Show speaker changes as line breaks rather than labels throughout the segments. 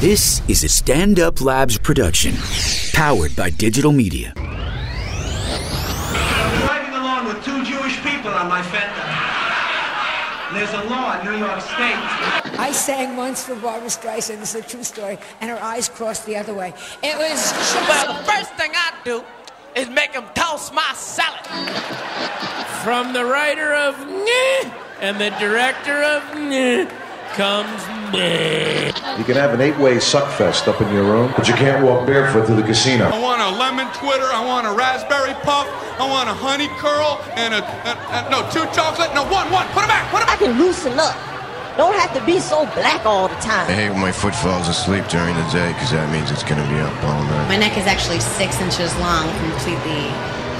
This is a Stand Up Labs production, powered by digital media.
I'm driving along with two Jewish people on my fender. And There's a law in New York State.
I sang once for Barbara Streisand. This is a true story, and her eyes crossed the other way. It was
Well, the first thing I do is make him toss my salad.
From the writer of Nyeh and the director of Nyeh comes Nyeh.
You can have an eight-way suck fest up in your room, but you can't walk barefoot to the
I
casino.
want a lemon twitter. I want a raspberry puff. I want a honey curl and a, and- and- no two chocolate. No one one. Put it back. Put it
I
back.
can loosen up. Don't have to be so black all the
I
time.
hate when my foot falls asleep during the day because that means it's going to be up all night.
My neck is actually six inches long, completely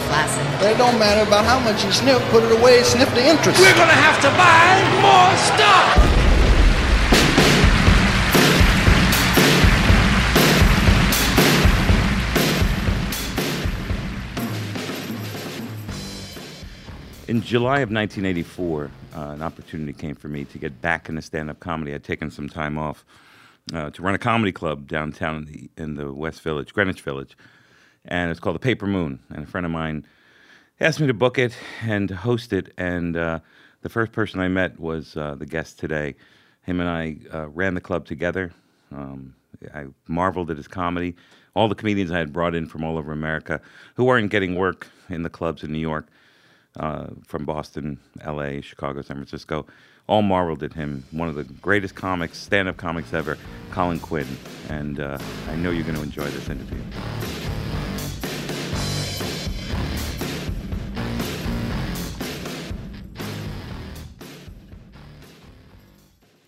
flaccid.
It don't matter about how much you sniff, put it away, sniff the interest.
We're gonna have to buy more stuff.
In July of 1984, uh, an opportunity came for me to get back into stand up comedy. I'd taken some time off uh, to run a comedy club downtown in the, in the West Village, Greenwich Village, and it's called the Paper Moon. And a friend of mine asked me to book it and to host it. And uh, the first person I met was uh, the guest today. Him and I uh, ran the club together. Um, I marveled at his comedy. All the comedians I had brought in from all over America who weren't getting work in the clubs in New York uh, from Boston, LA, Chicago, San Francisco, all marveled at him. One of the greatest comics, stand up comics ever, Colin Quinn. And uh, I know you're going to enjoy this interview.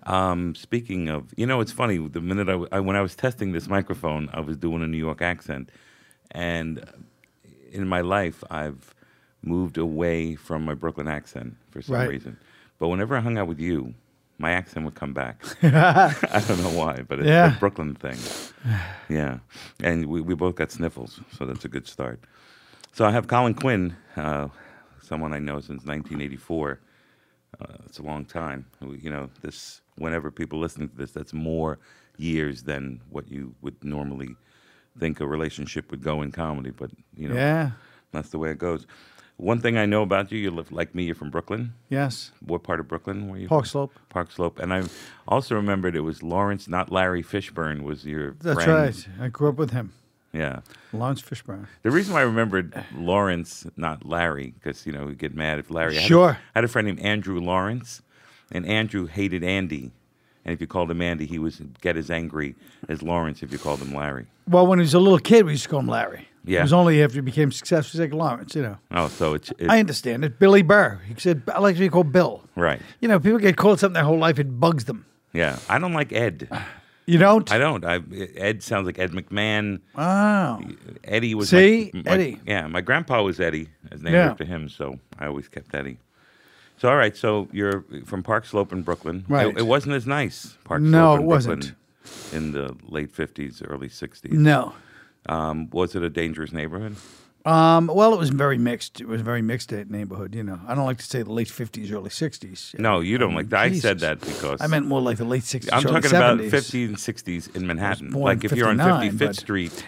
Um, speaking of, you know, it's funny. The minute I, w- I- when I was testing this microphone, I was doing a New York accent, and in my life, I've moved away from my Brooklyn accent for some
Right.
reason. But whenever I hung out with you, my accent would come back. I don't know why, but it's
Yeah.
a Brooklyn thing. Yeah, and we, we both got sniffles, so that's a good start. So I have Colin Quinn, uh, someone I know since 1984. Uh, it's a long time. We- You know, this whenever people listen to this, that's more years than what you would normally think a relationship would go in comedy. But you know,
Yeah.
that's the way it goes. One thing I know about you, you live like me. You're from Brooklyn.
Yes.
What part of Brooklyn were you?
Park
from?
Slope.
Park Slope. And I also remembered it was Lawrence, not Larry Fishburne, was your
That's
friend.
right. I grew up with him.
Yeah.
Lawrence Fishburne.
The reason why I remembered Lawrence, not Larry, because you know we get mad if Larry. I had a-
Sure.
I had a friend named Andrew Lawrence, and Andrew hated Andy, and if you called him Andy, he was get as angry as Lawrence if you called him Larry.
Well, when he was a little kid, we used to call him Larry.
Yeah.
It was only after he became successful. He's like Lawrence, you know.
Oh, so it's it,
I understand it. Billy Burr. He said, I like to be called Bill.
right.
You know, people get called something their whole life. It bugs them.
Yeah, I don't like Ed.
You don't?
I don't. I Ed sounds like Ed McMahon.
wow.
Eddie was
See?
my, my-
Eddie.
Yeah, my grandpa was Eddie. His name
Yeah.
after him, so I always kept Eddie. So all right, so you're from Park Slope in Brooklyn. It-
Right.
It, wasn't as nice. Park
No,
Slope in
it wasn't.
Brooklyn in the late fifties, early sixties.
No.
Um, was it a dangerous neighborhood?
Um, well, it was very mixed. It was a very mixed neighborhood, you know. I don't like to say the late 50s, early 60s.
No, you don't like that. I said
Jesus.
that because
I meant more like the late 60s.
I'm
early
talking about
70s.
fifties and sixties in Manhattan.
born
Like if you're on
59,
55th
but-
Street.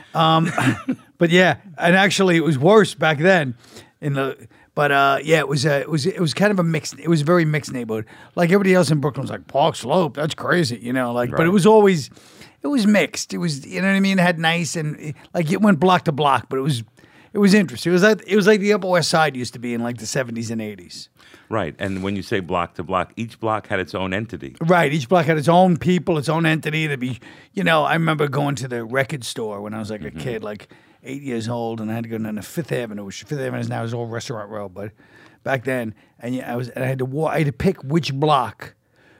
But yeah, and actually, it was worse back then. In the but uh, yeah, it was uh, it was it was kind of a mixed. It was a very mixed neighborhood. Like everybody else in Brooklyn was like Park Slope. That's crazy, you know. Like, but
Right.
it was always it was mixed. It was you know what I mean. It had nice and like it went block to block, but it was. It was interesting. It was like it was like the Upper West Side used to be in like the seventies and eighties.
Right, and when you say block to block, each block had its own entity.
Right. Each block had its own people, its own entity. There'd be, you know, I remember going to the record store when I was like a kid, like eight years old, and I had to go down to Fifth Avenue, which Fifth Avenue is now is all Restaurant Row, but back then, and yeah, I was, and I had to, wa- I had to pick which block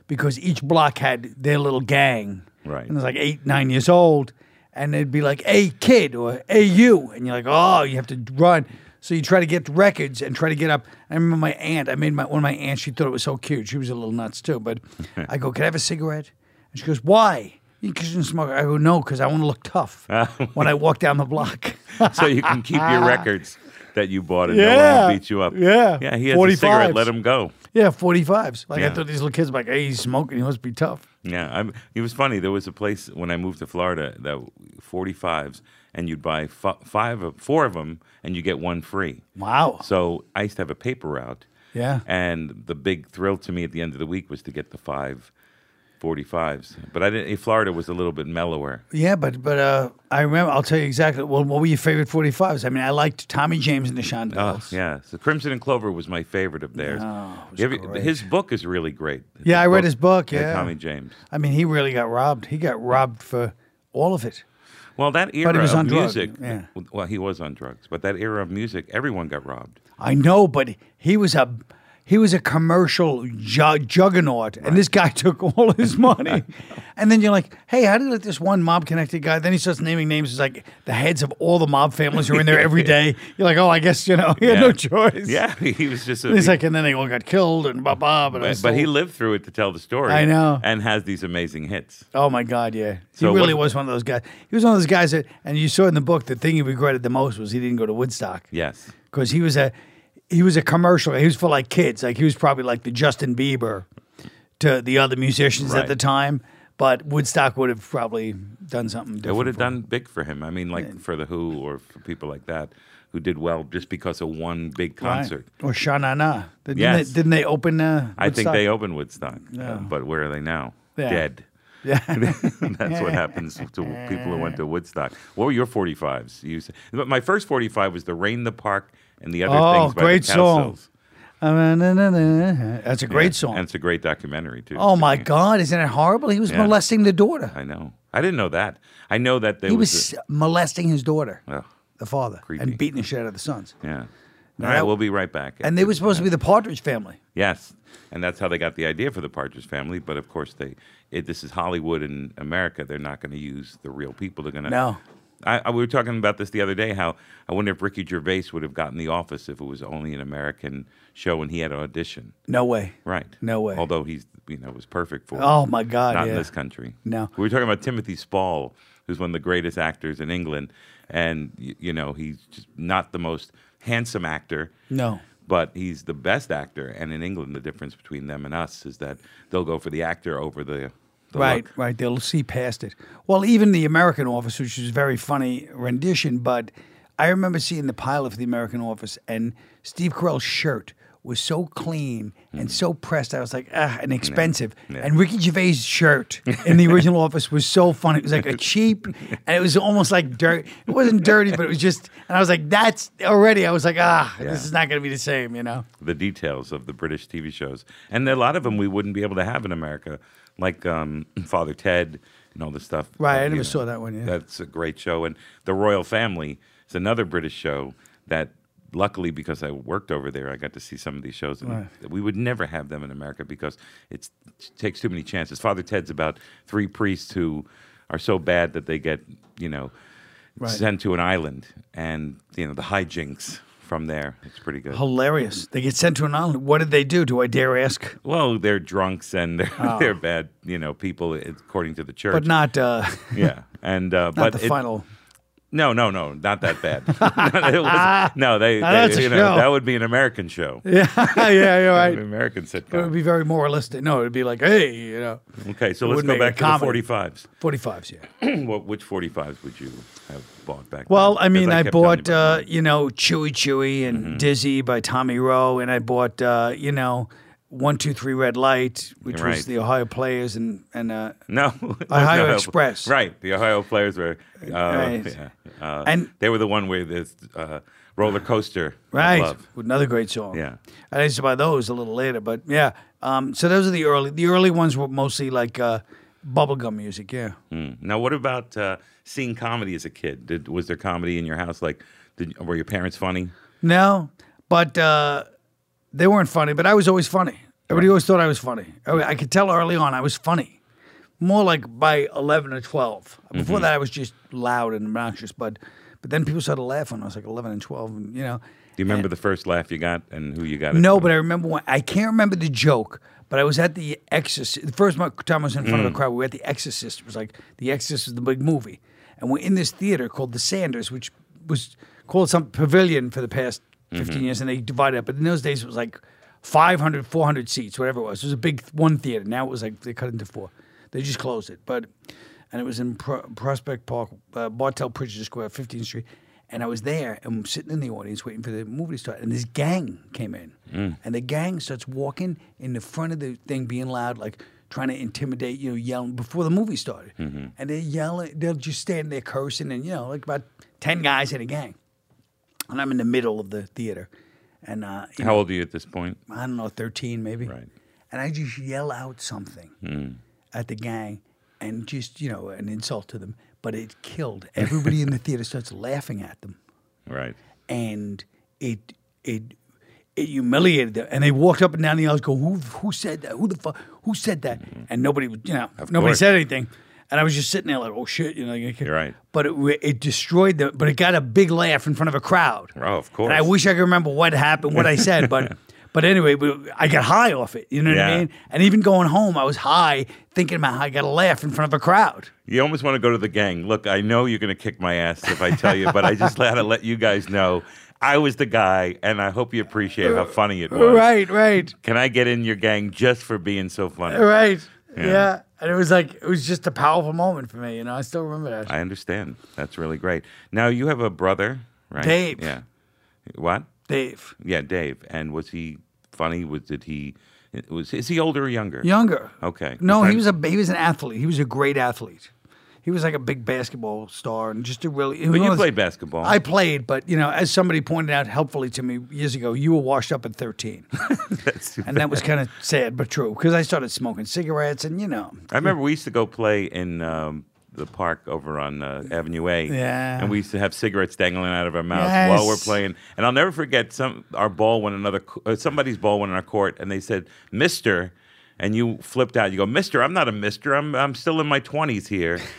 because each block had their little gang.
Right.
And I was like eight, nine years old, and they'd be like, "Hey, kid," or "Hey, you," and you're like, "Oh, you have to run." So you try to get records and try to get up. I remember my aunt. I made my one of my aunts. She thought it was so cute. She was a little nuts too. But I go, "Can I have a cigarette?" And she goes, "Why?" Because you didn't smoke. I go, "No, because I want to look tough when I walk down the block."
so you can keep your records that you bought and no one
Yeah,
will beat you up.
yeah.
Yeah, he has a cigarette,
45s.
let him go.
yeah, forty fives. Like
Yeah.
I thought these little kids, were like, "Hey, he's smoking. He must be tough."
Yeah, I'm, it was funny. There was a place when I moved to Florida that 45s, and you'd buy f- five, of, four of them, and you get one free.
Wow.
So I used to have a paper route.
Yeah.
And the big thrill to me at the end of the week was to get the five 45s. But I didn't. Florida was a little bit mellower.
Yeah, but but uh, I remember. I'll tell you exactly. Well, what were your favorite forty fives? I mean, I liked Tommy James and the
Oh,
Shondells.
yeah. So Crimson and Clover was my favorite of theirs.
Oh, it was
You ever-
great.
his book is really great.
Yeah, I read his book.
by
Yeah,
Tommy James.
I mean, he really got robbed. He got robbed for all of it.
Well, that
he
era
was
of
on drugs,
music.
yeah.
Well, he was on drugs, but that era of music, everyone got robbed.
I know, but he was a he was a commercial ju- juggernaut, and this guy took all his money. and then you're like, hey, how did you let this one mob connected guy? Then he starts naming names. It's like the heads of all the mob families are in there every day. You're like, oh, I guess you know he had
Yeah.
no choice.
Yeah, he was just. A,
And he's like, and then they all got killed and blah blah. But, I
Ah. but,
was
but he
still-
lived through it to tell the story.
I know.
and has these amazing hits.
Oh my God, yeah.
So
he really
what-
was one of those guys. He was one of those guys that, and you saw in the book, the thing he regretted the most was he didn't go to Woodstock
Yes,
because he was a he was a commercial. He was for like kids. Like he was probably like the Justin Bieber to the other musicians at
Right.
the time. But Woodstock would have probably done something
it
different.
would have done big for him. I mean, like for the Who or for people like that who did well just because of one big
Right.
concert.
or Shanana. Didn't,
Yes.
they, didn't they open? Uh,
I think
Woodstock?
they opened Woodstock,
Yeah.
but where are they now?
Yeah.
Dead.
Yeah.
That's what happens to people who went to Woodstock. What were your 45s? You s- but my first 45 was the Rain the Park and the other
Oh,
things by
great
the
song.
Cowsills.
Uh, na- na- na- na. That's a great
Yeah,
song.
And it's a great documentary too.
Oh my God! Isn't it horrible? He was
Yeah.
molesting the daughter.
I know. I didn't know that. I know that there
he
was,
was
a-
molesting his daughter.
Ugh,
the father
Creepy.
and beating the shit out of the sons.
yeah.
Now
All right,
that-
we'll be right back.
And they were supposed to be the Partridge family.
Yes, and that's how they got the idea for the Partridge Family. But of course, they it, this is Hollywood and America. They're not going to use the real people. They're going to
No.
I, I, we were talking about this the other day. How I wonder if Ricky Gervais would have gotten The Office if it was only an American show and he had an audition.
No way.
Right.
No way.
Although he's you know was perfect for. it.
Oh, my God,
Not in
yeah.
this country.
No.
We were talking about Timothy Spall, who's one of the greatest actors in England, and y- you know he's just not the most handsome actor
No.
but he's the best actor. And in England, the difference between them and us is that they'll go for the actor over the, the
right,
look.
right. They'll see past it. Well, even the American Office, which is a very funny rendition, but I remember seeing the pilot for the American Office, and Steve Carell's shirt was so clean and so pressed. I was like, ah, and expensive.
Mm. Yeah.
And Ricky Gervais' shirt in the original Office was so funny. It was like a cheap, and it was almost like dirt. It wasn't dirty, but it was just. And I was like, that's already. I was like, ah,
Yeah.
this is not going to be the same, you know.
The details of the British TV shows, and a lot of them we wouldn't be able to have in America, like um, Father Ted and all this stuff.
Right, I
Uh,
never saw that one, yeah.
that's a great show, and The Royal Family is another British show that. Luckily, because I worked over there, I got to see some of these shows, and
Right.
we would never have them in America because it's, it takes too many chances. Father Ted's about three priests who are so bad that they get, you know,
Right.
sent to an island, and you know the hijinks from there. It's pretty good.
Hilarious. They get sent to an island. What did they do? Do I dare ask?
Well, they're drunks and they're,
Oh.
they're bad, you know, people according to the church.
But not. Uh,
yeah, and uh,
Not
but
the
it-
final.
No, no, no, not that bad. It wasn't- no,
Now
they, they-
that's a
you know,
show.
that would be an American show.
Yeah, yeah, you're right.
An American
It would
sitcom.
be very moralistic. No, it would be like, hey, you know,
Okay, so
It
let's
wouldn't
go
make a
back to
comedy.
the forty fives.
45s, yeah.
what which forty fives would you have bought back?
Well,
then?
I
'Cause
mean, I,
kept telling you
bought, uh, you know, Chewy Chewy and Dizzy by Tommy Rowe, and I bought, uh, you know, 123 Red Light, which
Right.
was the Ohio Players and, and uh,
No,
Ohio
No.
Express.
Right, the Ohio players were, uh,
Right.
yeah, uh,
And-
they were the one with this uh, roller coaster. of
Right.
love.
With another great song.
Yeah.
I used to buy those a little later, but yeah. Um, so those are the early the early ones were mostly like uh bubblegum music, yeah.
Mm. Now, what about uh, seeing comedy as a kid? Did, was there comedy in your house? Like, did, were your parents funny?
No, but uh they weren't funny, but I was always funny. Everybody always thought I was funny. I I could tell early on I was funny. More like by eleven or twelve. Before that I was just loud and obnoxious, but but then people started laughing. I was like eleven and twelve and you know.
Do you remember the first laugh you got and who you got? it
No,
from?
but I remember one. I can't remember the joke, but I was at the Exorcist. The first mo- time I was in front of a crowd, we were at the Exorcist. It was like the Exorcist was the big movie, and we're in this theater called the Sanders, which was called some pavilion for the past 15 years, and they divided up. But in those days, it was like 500, 400 seats, whatever it was. It was a big one theater. Now it was like they cut into four. They just closed it, but and it was in Pro- Prospect Park, uh, Bartell Pritchard Square, 15th Street. And I was there and I'm sitting in the audience waiting for the movie to start. And this gang came in.
Mm.
And the gang starts walking in the front of the thing, being loud, like trying to intimidate, you know, yelling before the movie started.
Mm-hmm.
And they're yelling, they'll just stand there cursing, and, you know, like about 10 guys in a gang. And I'm in the middle of the theater. And uh, you
How
know,
old are you at this point?
I don't know, 13 maybe. Right. And I just yell out something
Mm.
at the gang and just, you know, an insult to them. But it killed. Everybody in the theater starts laughing at them.
Right.
And it it it humiliated them. And they walked up and down the aisles go, Who who said that? Who the fuck who said that? And nobody would- you know
Of
nobody
course.
said anything. And I was just sitting there like, oh shit, you know, like,
right.
But it, w- it destroyed the. But it got a big laugh in front of a crowd.
Oh, of course.
And I wish I could remember what happened, what I said, but but anyway, we- I got high off it. You know what
Yeah.
I mean? And even going home, I was high thinking about how I got a laugh in front of a crowd.
You almost want to go to the gang. Look, I know you're going to kick my ass if I tell you, but I just had to let you guys know I was the guy, and I hope you appreciate how funny it was.
Right, right,
Can I get in your gang just for being so funny?
right.
Yeah.
Yeah. And it was like it was just a powerful moment for me. You know, I still remember that.
I understand. That's really great. Now you have a brother, right?
Dave.
Yeah. What?
Dave.
Yeah, Dave. And was he funny? Was did he? Was is he older or younger?
Younger.
Okay.
No,
Besides-
he was a he was an athlete. He was a great athlete. He was like a big basketball star and just a really. he
But
was
you
one of those-
played basketball.
I played, but you know, as somebody pointed out helpfully to me years ago, you were washed up at thirteen, and that was kind of sad but true because I started smoking cigarettes, and you know,
I remember we used to go play in um, the park over on uh, Avenue A.
Yeah.
And we used to have cigarettes dangling out of our mouths
Yes.
while we're playing. And I'll never forget some our ball went another co- uh, somebody's ball went in our court, and they said Mister, and you flipped out. You go Mister, I'm not a Mister. I'm I'm still in my twenties here.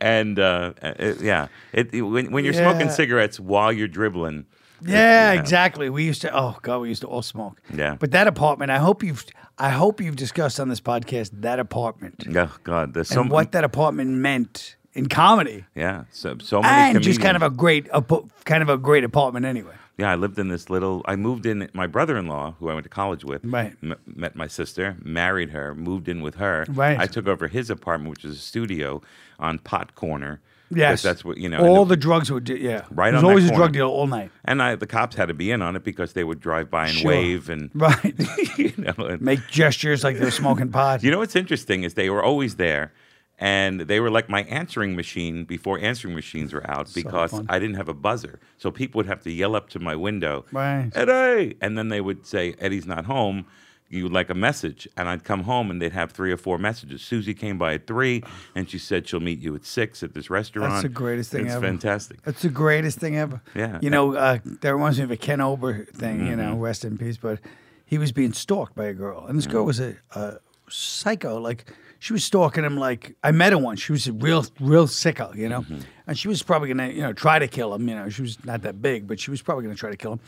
and uh, it, yeah, it, it- when, when you're smoking
Yeah.
cigarettes while you're dribbling.
yeah, exactly. We used to. Oh God, we used to all smoke.
Yeah.
But that apartment, I hope you've, I hope you've discussed on this podcast that apartment
Oh God, there's so
and what that apartment meant in comedy,
Yeah, so so many
and just kind
comedians.
of a great, a, kind of a great apartment anyway.
Yeah, I lived in this little. I moved in. My brother-in-law, who I went to college with,
Right.
m- met my sister, married her, moved in with her.
Right.
I took over his apartment, which is a studio on Pot Corner. 'cause
Yes,
that's what you know.
All
and,
the, drugs were, di- yeah,
Right
There was
on that
always a
corner.
drug deal all night.
and I, the cops had to be in on it because they would drive by and
Sure.
wave and
Right.
you know, and-
Make gestures like they're smoking pot.
You know what's interesting is they were always there, and they were like my answering machine before answering machines were out because
fun.
I didn't have a buzzer, so people would have to yell up to my window,
Right.
Eddie, and then they would say Eddie's not home. You would like a message, and I'd come home and they'd have three or four messages. Susie came by at three, and she said she'll meet you at six at this restaurant.
That's the greatest thing
It's
ever.
fantastic.
That's the greatest thing ever.
Yeah.
You know, uh, that reminds me of a Ken Ober thing, you know,
Mhm.
rest in peace, but he was being stalked by a girl. And this girl was a, a psycho. Like, she was stalking him. Like, I met her once. She was a real, real sicko, you know? And she was probably going to, you know, try to kill him. You know, she was not that big, but she was probably going to try to kill him.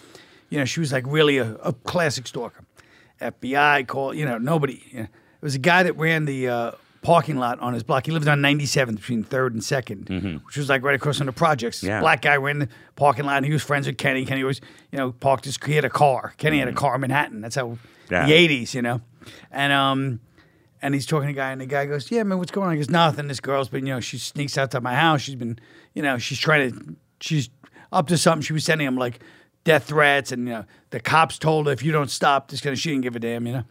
You know, she was like really a, a classic stalker. FBI call, you know, nobody. You know. It was a guy that ran the uh, parking lot on his block. He lived on 97th between 3rd and 2nd, which was like right across from the projects.
Mm-hmm. Yeah.
Black guy ran the parking lot. And he was friends with Kenny. Kenny was, you know, parked his, he had a car. Kenny had a car in Manhattan. That's how,
Mm-hmm. Yeah.
the 80s, you know? And, um, and he's talking to a guy, and the guy goes, "Yeah, man, what's going on?" He goes, "Nothing. This girl's been, you know, she sneaks out to my house. She's been, you know, she's trying to, she's up to something. She was sending him like death threats, and you know, the cops told her if you don't stop, this gonna, she didn't give a damn, you know."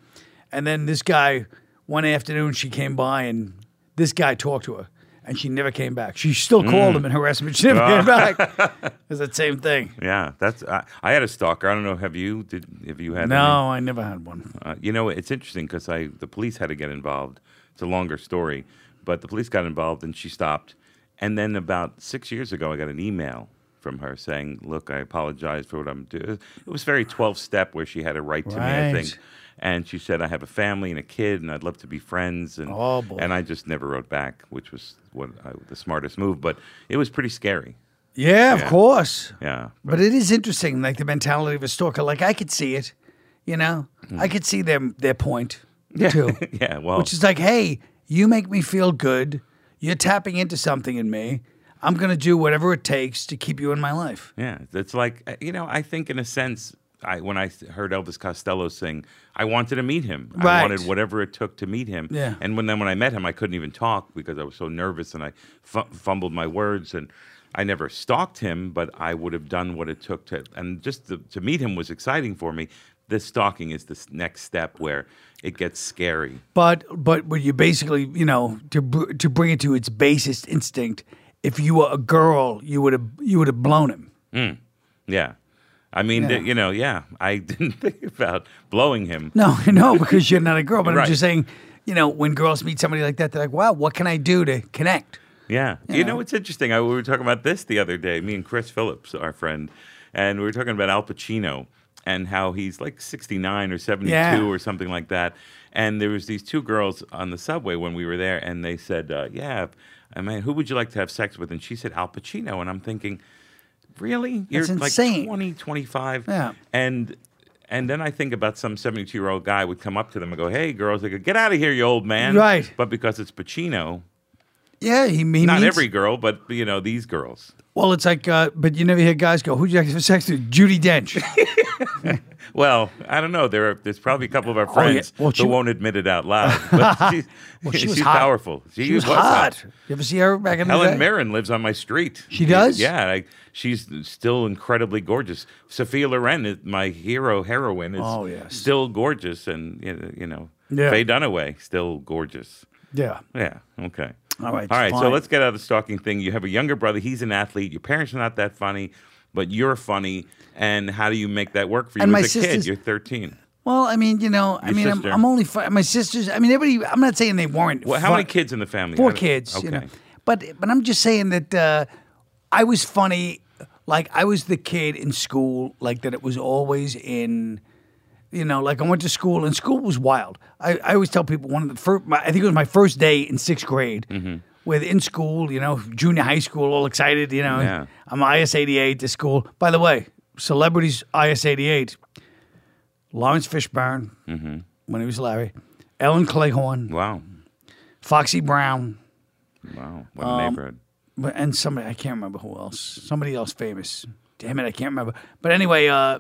And then this guy, one afternoon, she came by, and this guy talked to her, and she never came back. She still called
Mm.
him and harassed him, but she never
Ah.
came back. It's that same thing.
Yeah, that's. I, I had a stalker. I don't know. Have you? Did have you had? any?
No, I never had one.
Uh, you know, it's interesting because I the police had to get involved. It's a longer story, but the police got involved and she stopped. And then about six years ago, I got an email from her saying, "Look, I apologize for what I'm doing." It was very twelve step where she had a right to me, I
Right.
think. And she said, "I have a family and a kid, and I'd love to be friends." And
Oh, boy.
and I just never wrote back, which was what I, the smartest move. But it was pretty scary.
Yeah, of
Yeah.
course.
Yeah.
But it is interesting, like the mentality of a stalker. Like I could see it, you know. I could see them their point too.
Hmm. yeah. Well,
Which is like, hey, you make me feel good. You're tapping into something in me. I'm gonna do whatever it takes to keep you in my life.
Yeah, it's like uh, you know. I think in a sense, I when I heard Elvis Costello sing, I wanted to meet him.
Right.
I wanted whatever it took to meet him.
Yeah.
And when then when I met him, I couldn't even talk because I was so nervous and I f- fumbled my words and I never stalked him, but I would have done what it took to and just to, to meet him was exciting for me. This stalking is this next step where it gets scary.
But but but you basically you know to br- to bring it to its basest instinct. If you were a girl, you would have you would have blown him.
Mm. Yeah. I mean,
Yeah.
th- you know, yeah, I didn't think about blowing him.
No, no, because you're not a girl. But I'm
Right.
just saying, you know, when girls meet somebody like that, they're like, wow, what can I do to connect?
Yeah. You, know, it's interesting. I, we were talking about this the other day, me and Chris Phillips, our friend, and we were talking about Al Pacino and how he's like 69 or 72
Yeah.
or something like that. And there was these two girls on the subway when we were there, and they said, uh, yeah, I mean, who would you like to have sex with? And she said, Al Pacino. And I'm thinking, really? You're
That's
like
insane.
20, 25.
Yeah.
And and then I think about some 72 year old guy would come up to them and go, hey, girls, they go, get out of here, you old man.
Right.
But because it's Pacino,
Yeah, he, he
not
meets-
every girl, but you know these girls.
Well, it's like, uh, but you never hear guys go, "Who'd you like to have sex with?" Judy Dench.
Well, I don't know. There, are, there's probably a couple of our
Oh, yeah.
friends
Well, she-
who won't admit it out loud. But she's,
Well, she was
she's
hot.
powerful.
She was hot. You ever see her back in the day?
Helen Mirren lives on my street.
She does?
Yeah, I, she's still incredibly gorgeous. Sophia Loren, is my hero heroine, is
Oh, yes.
still gorgeous, and you know, you know
Yeah.
Faye Dunaway still gorgeous.
Yeah.
Yeah. Okay.
All right,
All right. So
fine.
let's get out of the stalking thing. You have a younger brother. He's an athlete. Your parents are not that funny, but you're funny. And how do you make that work for you
And my
as a kid?
sister's-
You're 13.
Well, I mean, you know, I
Your
mean, I'm,
sister.
I'm only fi- my sisters. I mean, everybody. I'm not saying they weren't.
Well, how
fun-
many kids in the family?
Four
How do-
kids.
Okay.
You know, but but I'm just saying that uh, I was funny. Like I was the kid in school, like that. It was always in. You know, like I went to school, and school was wild. I, I always tell people one of the first. My, I think it was my first day in sixth grade.
Mm-hmm.
With in school, you know, junior high school, all excited, you know.
Yeah.
I'm IS 88 to school. By the way, celebrities IS 88. Lawrence Fishburne,
Mm-hmm.
when he was Larry, Ellen Clayhorn,
Wow.
Foxy Brown,
Wow. What a
Um,
neighborhood.
but- and somebody I can't remember who else. Somebody else famous. Damn it, I can't remember. But anyway, uh,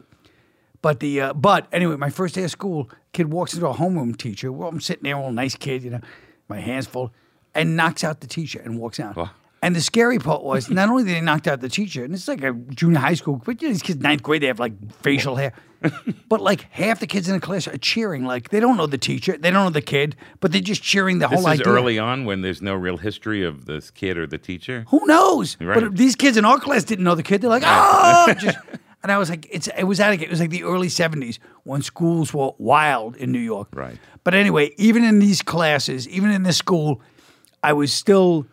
but the uh, but anyway, my first day of school, kid walks into a homeroom teacher. Well, I'm sitting there, all nice kid, you know, my hands full, and knocks out the teacher and walks out.
Wow.
And the scary part was not only did he knock out the teacher, and it's like a junior high school, but you know, these kids ninth grade they have like facial hair, but like half the kids in the class are cheering. Like they don't know the teacher, they don't know the kid, but they're just cheering the
This is
whole idea.
early on when there's no real history of this kid or the teacher.
Who knows?
Right.
But these kids in our class didn't know the kid. They're like, oh, just, and I was like, it's it was out of it was like the early '70s when schools were wild in New York.
Right.
But anyway, even in these classes, even in this school, I was still,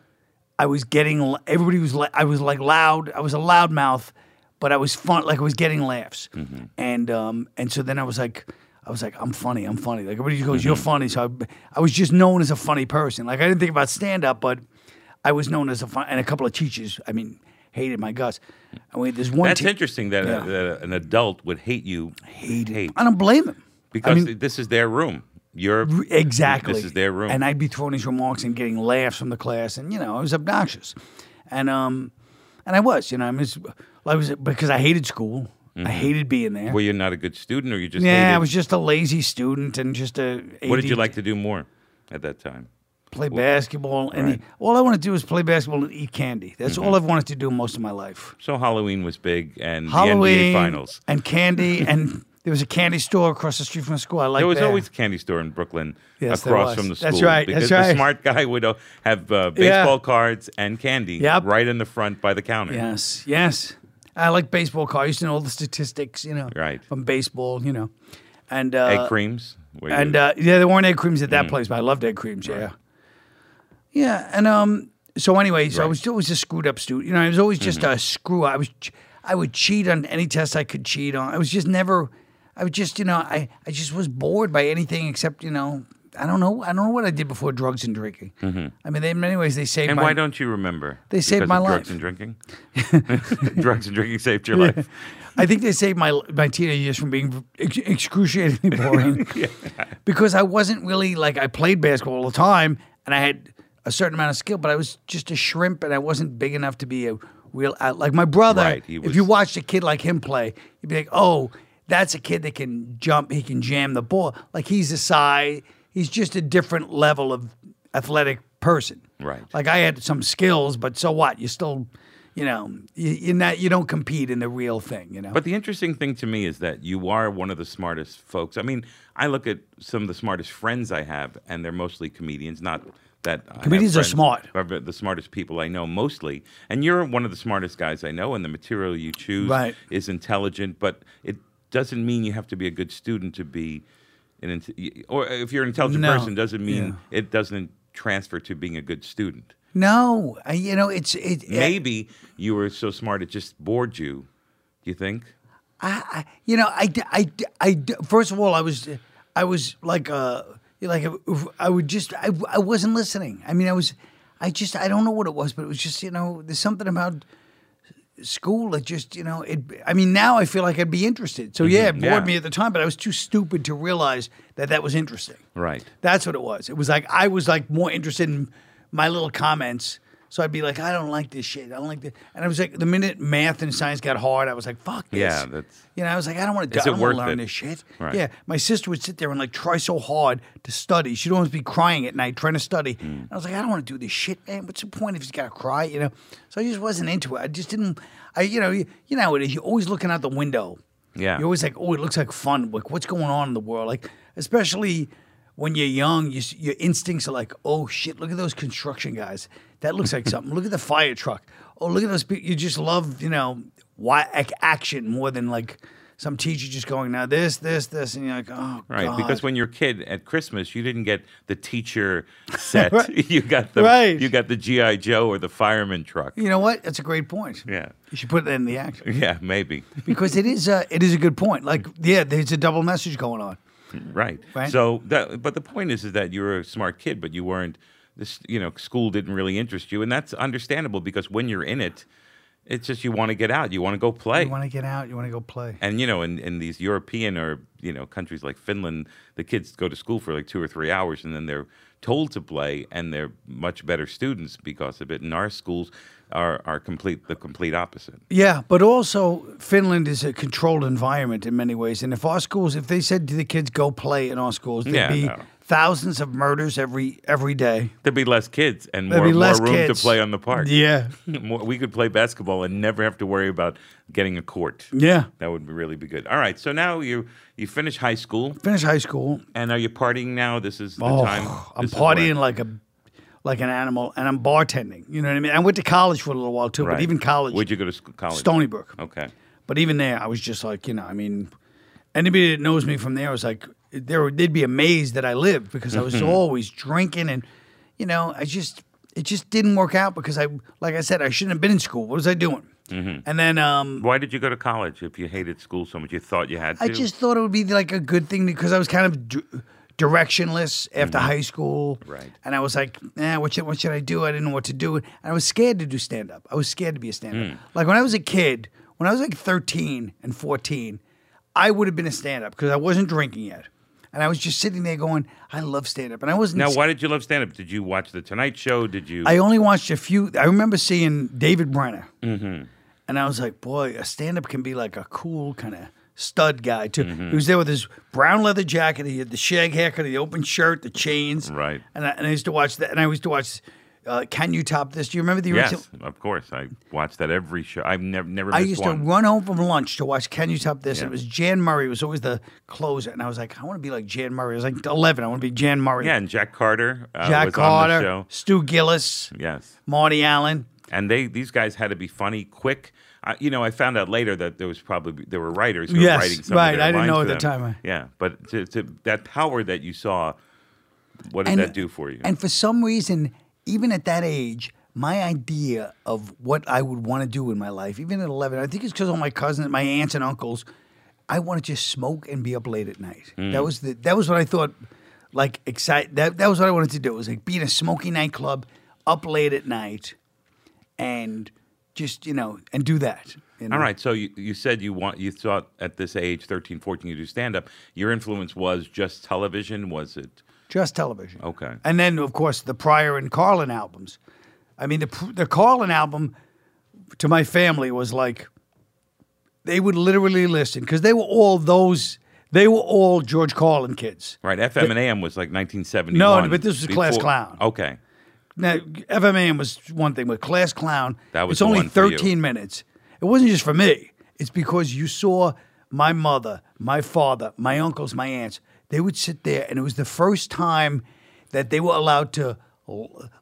I was getting. l- Everybody was. la- I was like loud. I was a loud mouth, but I was fun. Like I was getting laughs,
Mm-hmm.
and um, and so then I was like. I was like, I'm funny, I'm funny. Like everybody goes,
Mm-hmm.
you're funny. So I, I was just known as a funny person. Like I didn't think about stand up, but I was known as a fun. And a couple of teachers, I mean, hated my guts. I mean, there's one.
That's
te-
interesting that,
Yeah.
that an adult would hate you. Hate. hate.
I don't blame him.
Because
mean-
this is their room. You're
Exactly.
This is their room.
And I'd be throwing these remarks and getting laughs from the class, and you know, I was obnoxious, and um, and I was, you know, I was, I was because I hated school. I hated being there.
Were you not a good student, or you just
yeah,
hated-
I was just a lazy student and just a.
What did you
AD
like to do more at that time?
Play
Wh-
basketball, and
Right. Mm-hmm.
all I want to do is play basketball and eat candy. That's all I've wanted to do most of my life.
So Halloween was big, and the NBA
Halloween
finals.
and candy, and there was a candy store across the street from the school. I like
there was
that.
always a candy store in Brooklyn
Yes, there
across
was.
from the school.
That's right,
Because
that's right.
the smart guy would uh, have uh,
Yeah.
baseball cards and candy
Yep.
right in the front by the counter.
Yes, yes. I like baseball cards. I used to know all the statistics, you know,
Right.
from baseball, you know, and uh,
Egg creams. Were you- Mm.
and uh, yeah, there weren't egg creams at that place, but I loved egg creams. Yeah, yeah, and um, so anyway, so I was always a screwed up student. You know, I was always
Mm-hmm.
just a screw. I was, ch- I would cheat on any test I could cheat on. I was just never, I was just, you know, I, I just was bored by anything except, you know, I don't know, I don't know what I did before drugs and drinking.
Mhm.
I mean, in many ways, they saved
And
my.
why don't you remember?
They saved
Because
my
of
life.
Drugs and drinking. drugs and drinking saved your life.
I think they saved my my teenage years from being ex- excruciatingly boring because I wasn't really like I played basketball all the time and I had a certain amount of skill, but I was just a shrimp and I wasn't big enough to be a real out- like my brother.
Right, he
if you watched a kid like him play, you'd be like, "Oh, that's a kid that can jump. He can jam the ball. Like he's a size. He's just a different level of athletic person.
Right.
Like I had some skills, but so what? You still, you know, you, you're not. You don't compete in the real thing. You know.
But the interesting thing to me is that you are one of the smartest folks. I mean, I look at some of the smartest friends I have, and they're mostly comedians, not that I have
Comedians are
friends,
smart.
but The smartest people I know mostly, and you're one of the smartest guys I know, and the material you choose
Right.
is intelligent, but it doesn't mean you have to be a good student to be an int- or if you're an intelligent
No.
person doesn't mean it doesn't transfer to being a good student.
No, I, you know it's it.
Maybe you were so smart it just bored you. Do you think?
I, I you know, I, d- I, d- I d- first of all, I was, I was like, uh, like I would just, I, I wasn't listening. I mean, I was, I just, I don't know what it was, but it was just, you know, there's something about school that just, you know, it. I mean, now I feel like I'd be interested. So yeah, it
Mhm,
bored
yeah.
me at the time, but I was too stupid to realize that that was interesting.
Right.
That's what it was. It was like I was like more interested in my little comments. So I'd be like, I don't like this shit. I don't like this. And I was like, the minute math and science got hard, I was like, fuck this.
Yeah, that's
You know, I was like, I don't want
Is
to. I
it
don't want
worth
to learn
it?
this shit.
Right.
Yeah, my sister would sit there and like try so hard to study. She'd almost be crying at night trying to study.
Hmm.
And I was like, I don't want to do this shit, man. What's the point if she's got to cry? You know. So I just wasn't into it. I just didn't. I, you know, you, you know, how it is. you're always looking out the window.
Yeah.
You're always like, oh, it looks like fun. Like, what's going on in the world? Like, especially when you're young, you, s- your instincts are like, oh shit, look at those construction guys. That looks like something. Look at the fire truck. Oh, look at those people. You just love, you know, why ac- action more than like some teacher just going now this, this, this, and you're like, oh,
Right,
God.
because when you're a kid at Christmas, you didn't get the teacher set.
Right.
You got the
Right.
you got the GI Joe or the fireman truck.
you know what? That's a great point.
Yeah,
You should put that in the action.
yeah, maybe.
because it is a it is a good point. Like, yeah, there's a double message going on.
Right.
Right.
So that, but the point is, is that you were a smart kid, but you weren't. This, you know, school didn't really interest you, and that's understandable because when you're in it, it's just you want to get out, you want to go play.
You want to get out. You want to go play.
And you know, in, in these European or you know countries like Finland, the kids go to school for like two or three hours, and then they're told to play, and they're much better students because of it. And our schools are are complete the complete opposite.
Yeah, but also Finland is a controlled environment in many ways. And if our schools, if they said to the kids, "Go play in our schools," there'd
Yeah,
be
no.
thousands of murders every every day.
There'd be less kids and
There'd
more,
be less
more room
kids.
to play on the park.
Yeah.
more, we could play basketball and never have to worry about getting a court.
Yeah.
that would be really be good. All right, so now you you finish high school
Finish high school.
and are you partying now? This is the
oh,
time.
I'm
this is
partying
when-
like a like an animal, and I'm bartending. You know what I mean? I went to college for a little while too,
Right.
but even college,
Where'd you go to school, college?
Stony Brook.
Okay.
But even there, I was just like, you know, I mean, anybody that knows me from there was like, they were, they'd be amazed that I lived because I was
Mhm.
always drinking and, you know, I just, it just didn't work out because I, like I said, I shouldn't have been in school. What was I doing?
Mhm.
And then um,
Why did you go to college if you hated school so much? You thought you had to.
I just thought it would be like a good thing because I was kind of d- directionless after high school.
Mm-hmm. Right.
And I was like, eh, what should, what should I do? I didn't know what to do. And I was scared to do stand up. I was scared to be a stand up.
Mm.
Like when I was a kid, when I was like 13 and 14, I would have been a stand up because I wasn't drinking yet. And I was just sitting there going, I love stand up. And I wasn't
now, why did you love stand up? Did you watch the Tonight Show? Did you?
I only watched a few. I remember seeing David Brenner,
Mhm.
and I was like, boy, a stand up can be like a cool kind of stud guy, too.
Mhm.
He was there with his brown leather jacket, he had the shag haircut, the open shirt, the chains.
Right.
And I, and I used to watch that, and I used to watch uh, Can You Top This? Do you remember the
yes,
original?
of course. I watched that every show. I've never never
I
missed
used
one.
to run home from lunch to watch Can You Top This?
Yeah.
And it was Jan Murray, was always the closer. And I was like, I want to be like Jan Murray. I was like 11, I want to be Jan Murray.
Yeah, and Jack Carter. Uh,
Jack
was
Carter,
on the show.
Stu Gillis,
Yes,
Marty Allen.
and they these guys had to be funny, quick. I, you know, I found out later that there was probably there were writers who
Yes,
were writing some of
right.
their
I didn't
lines
know
for
at the
them.
time.
Yeah, but to, to, that power that you saw, what did
And-
that do for you?
And for some reason, even at that age, my idea of what I would want to do in my life, even at 11, I think it's because all my cousins, my aunts and uncles, I want to just smoke and be up late at night.
Mm.
That was the that was what I thought like excite that that was what I wanted to do. It was like be in a smoky nightclub up late at night and just, you know, and do that. you know?
All right, so you, you said you want you thought at this age 13, 14 you do stand up. Your influence was just television, was it?
Just television.
Okay.
And then, of course, the Pryor and Carlin albums. I mean, the the Carlin album to my family was like They would literally listen because they were all those. They were all George Carlin kids.
Right. FM and AM was like 1971.
No, but this was Class Clown.
Okay.
Now, FMAM was one thing, but Class Clown,
That was
it's
the
only
one for you.
13 minutes. It wasn't just for me. It's because you saw my mother, my father, my uncles, my aunts. They would sit there, and it was the first time that they were allowed to.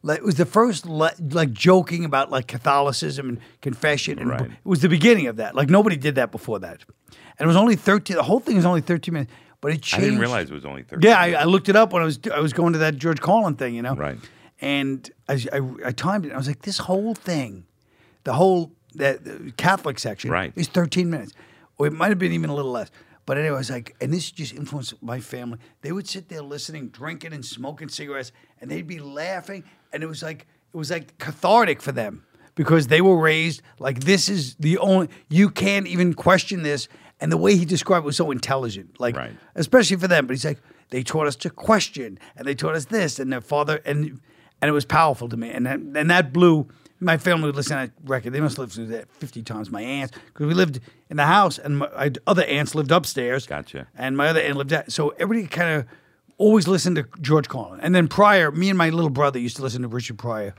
Like, it was the first le- like joking about like Catholicism and confession, and
Right.
it was the beginning of that. Like nobody did that before that, and it was only thirteen. The whole thing is only thirteen minutes, but it
I
changed.
didn't realize it was only 30.
Yeah, I, I looked it up when I was I was going to that George Carlin thing, you know.
Right.
And I I, I timed it. and I was like, this whole thing, the whole that the Catholic section,
Right.
is 13 minutes, or it might have been even a little less. But anyway, I was like, and this just influenced my family. They would sit there listening, drinking, and smoking cigarettes, and they'd be laughing, and it was like it was like cathartic for them because they were raised like this is the only you can't even question this. And the way he described it was so intelligent, like especially for them. But he's like, they taught us to question, and they taught us this, and their father, and and it was powerful to me, and that, and that blew. My family would listen to that record. They must have listened to that fifty times. My aunts, because we lived in the house, and my I, other aunts lived upstairs. Gotcha. And my other aunt lived out. So everybody kind of always listened to George Carlin. And then Pryor, me and my little brother used to listen to Richard Pryor,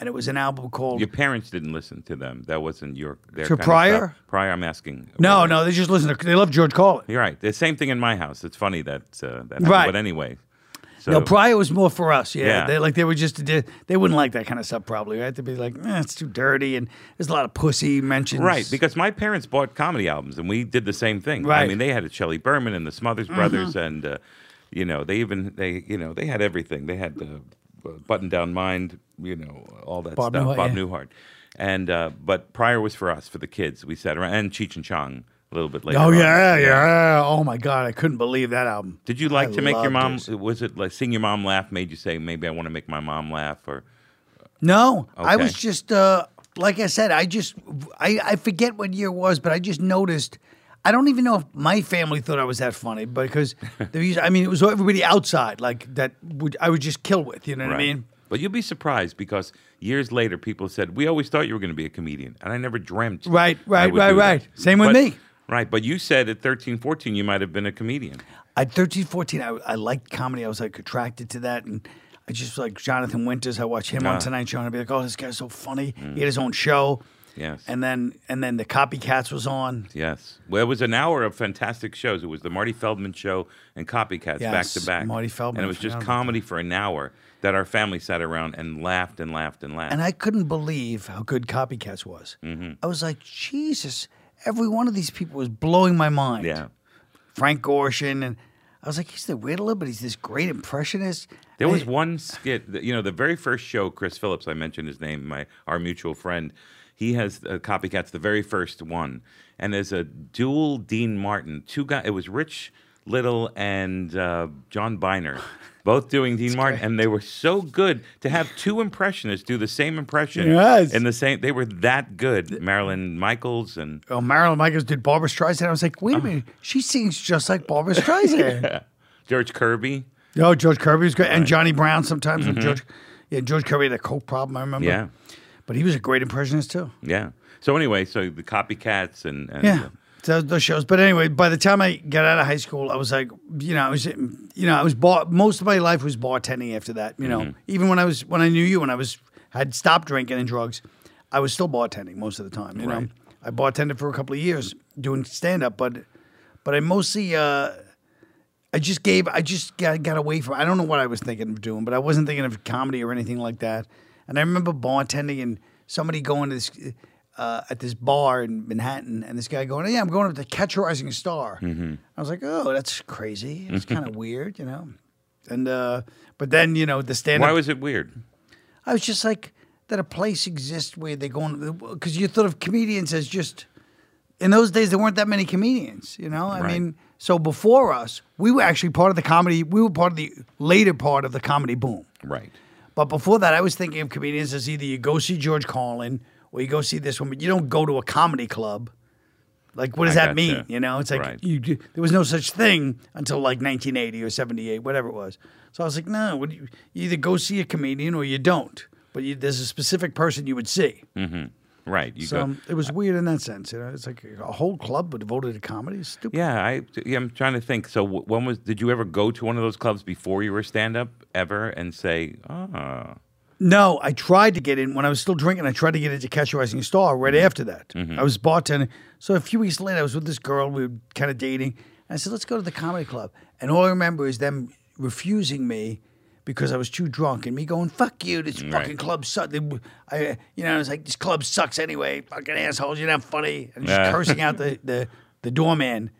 and it was an album called
Your parents didn't listen to them. That wasn't your. Their
To
kind of
Pryor?
stuff. Pryor, I'm asking.
No, no, they just listen to. They love George Carlin.
You're right. The same thing in my house. It's funny that. Uh, that
Right.
But anyway. So,
no, Pryor was more for us. Yeah,
Yeah.
They, like they were just they wouldn't like that kind of stuff. Probably right? They'd be like, eh, it's too dirty, and there's a lot of pussy mentions.
Right, because my parents bought comedy albums, and we did the same thing. I
Right. Mm-hmm.
mean, they had a Shelley Berman and the Smothers Brothers, and uh, you know, they even they you know they had everything. They had the Button Down Mind, you know, all that
Bob
stuff.
Newhart,
Bob
yeah.
Newhart, and uh, but Pryor was for us, for the kids. We sat around, and Cheech and Chong a little bit later.
oh
on.
yeah, yeah, Oh my god, I couldn't believe that album.
Did you like
I
to make your
loved
mom?
it.
Was it like seeing your mom laugh made you say maybe I want to make my mom laugh or
No, I
Okay.
was just uh, like I said, I just I, I forget what year it was, but I just noticed. I don't even know if my family thought I was that funny, but because there was- I mean, it was everybody outside like that. Would I would just kill with, you know what I
Right.
mean?
But you'll be surprised because years later, people said, "We always thought you were going to be a comedian," and I never dreamt.
Right,
I
right,
would
right,
do that.
right. Same with
But-
me.
Right, but you said at 13, 14, you might have been a comedian.
At 13, 14, I, I liked comedy. I was like attracted to that. And I just like Jonathan Winters. I watch him
Ah.
on Tonight Show and I'd be like, oh, this guy's so funny. He had his own show.
Yes,
And then and then the copycats was on.
yes. Well, it was an hour of fantastic shows. It was the Marty Feldman show and Copycats back to
Yes,
back.
Marty Feldman,
and it was
I
just
forgot about
comedy for an hour that our family sat around and laughed and laughed and laughed.
And I couldn't believe how good copycats was.
Mhm.
I was like, Jesus, every one of these people was blowing my mind. Yeah. Frank Gorshin and I was like, he's the Riddler, but he's this great impressionist.
There
And
was one skit, that- you know, the very first show, Chris Phillips, I mentioned his name, my our mutual friend, he has uh, Copycats, the very first one. And there's a dual Dean Martin, two guys, it was Rich Little and uh, John Biner, both doing Dean Martin. And they were so good to have two impressionists do the same impression.
Yes.
And the same, they were that good. Marilyn Michaels and.
Oh, Marilyn Michaels did Barbara Streisand. I was like,
Uh-huh.
wait a minute, she sings just like Barbara Streisand.
Yeah. George Kirby.
Oh, George Kirby was good, and
Right.
Johnny Brown sometimes. with
Mhm.
George, yeah, George Kirby had a coke problem. I remember.
Yeah.
but he was a great impressionist too.
Yeah. So, anyway, so the Copycats and. and
yeah, so those shows. But anyway, by the time I got out of high school, I was like, you know, I was, you know, I was bar- most of my life was bartending. After that, you know,
Mhm.
even when I was when I knew you, when I was had stopped drinking and drugs, I was still bartending most of the time. You know,
Right.
I bartended for a couple of years doing stand up, but but I mostly. uh I just gave. I just got, got away from. I don't know what I was thinking of doing, but I wasn't thinking of comedy or anything like that. And I remember bartending and somebody going to this uh, at this bar in Manhattan, and this guy going, "Yeah, I'm going up to Catch a Rising Star."
Mhm.
I was like, "Oh, that's crazy. It's kind of weird, you know." And uh, but then you know the stand.
Why was it weird?
I was just like that. A place exists where they're going because you thought of comedians as just in those days there weren't that many comedians. You know, I
Right.
mean, so before us, we were actually part of the comedy. We were part of the later part of the comedy boom.
Right.
But before that, I was thinking of comedians as either you go see George Carlin or you go see this one, but you don't go to a comedy club. Like, what does
I
that
gotcha.
mean? You know, it's like
Right.
you d- there was no such thing until like 1980 or 78, whatever it was. So I was like, no, what do you, you either go see a comedian or you don't. But you, there's a specific person you would see.
Mm-hmm. Right. You
so
go.
um, it was weird in that sense. You know, it's like a whole club but devoted to comedy. It's Stupid.
Yeah, I yeah, I'm trying to think. So wh- when was did you ever go to one of those clubs before you were stand up ever and say, "Ah,
No, I tried to get in when I was still drinking. I tried to get into Catch a Rising Star right
Mm-hmm.
after that.
Mhm.
I was bartending. So a few weeks later, I was with this girl. We were kind of dating. And I said, let's go to the comedy club. And all I remember is them refusing me because I was too drunk and me going, fuck you, this
Right.
fucking club sucks. I, uh, you know, I was like, this club sucks anyway. Fucking assholes, you're not funny. And just
Yeah.
cursing out the, the, the doorman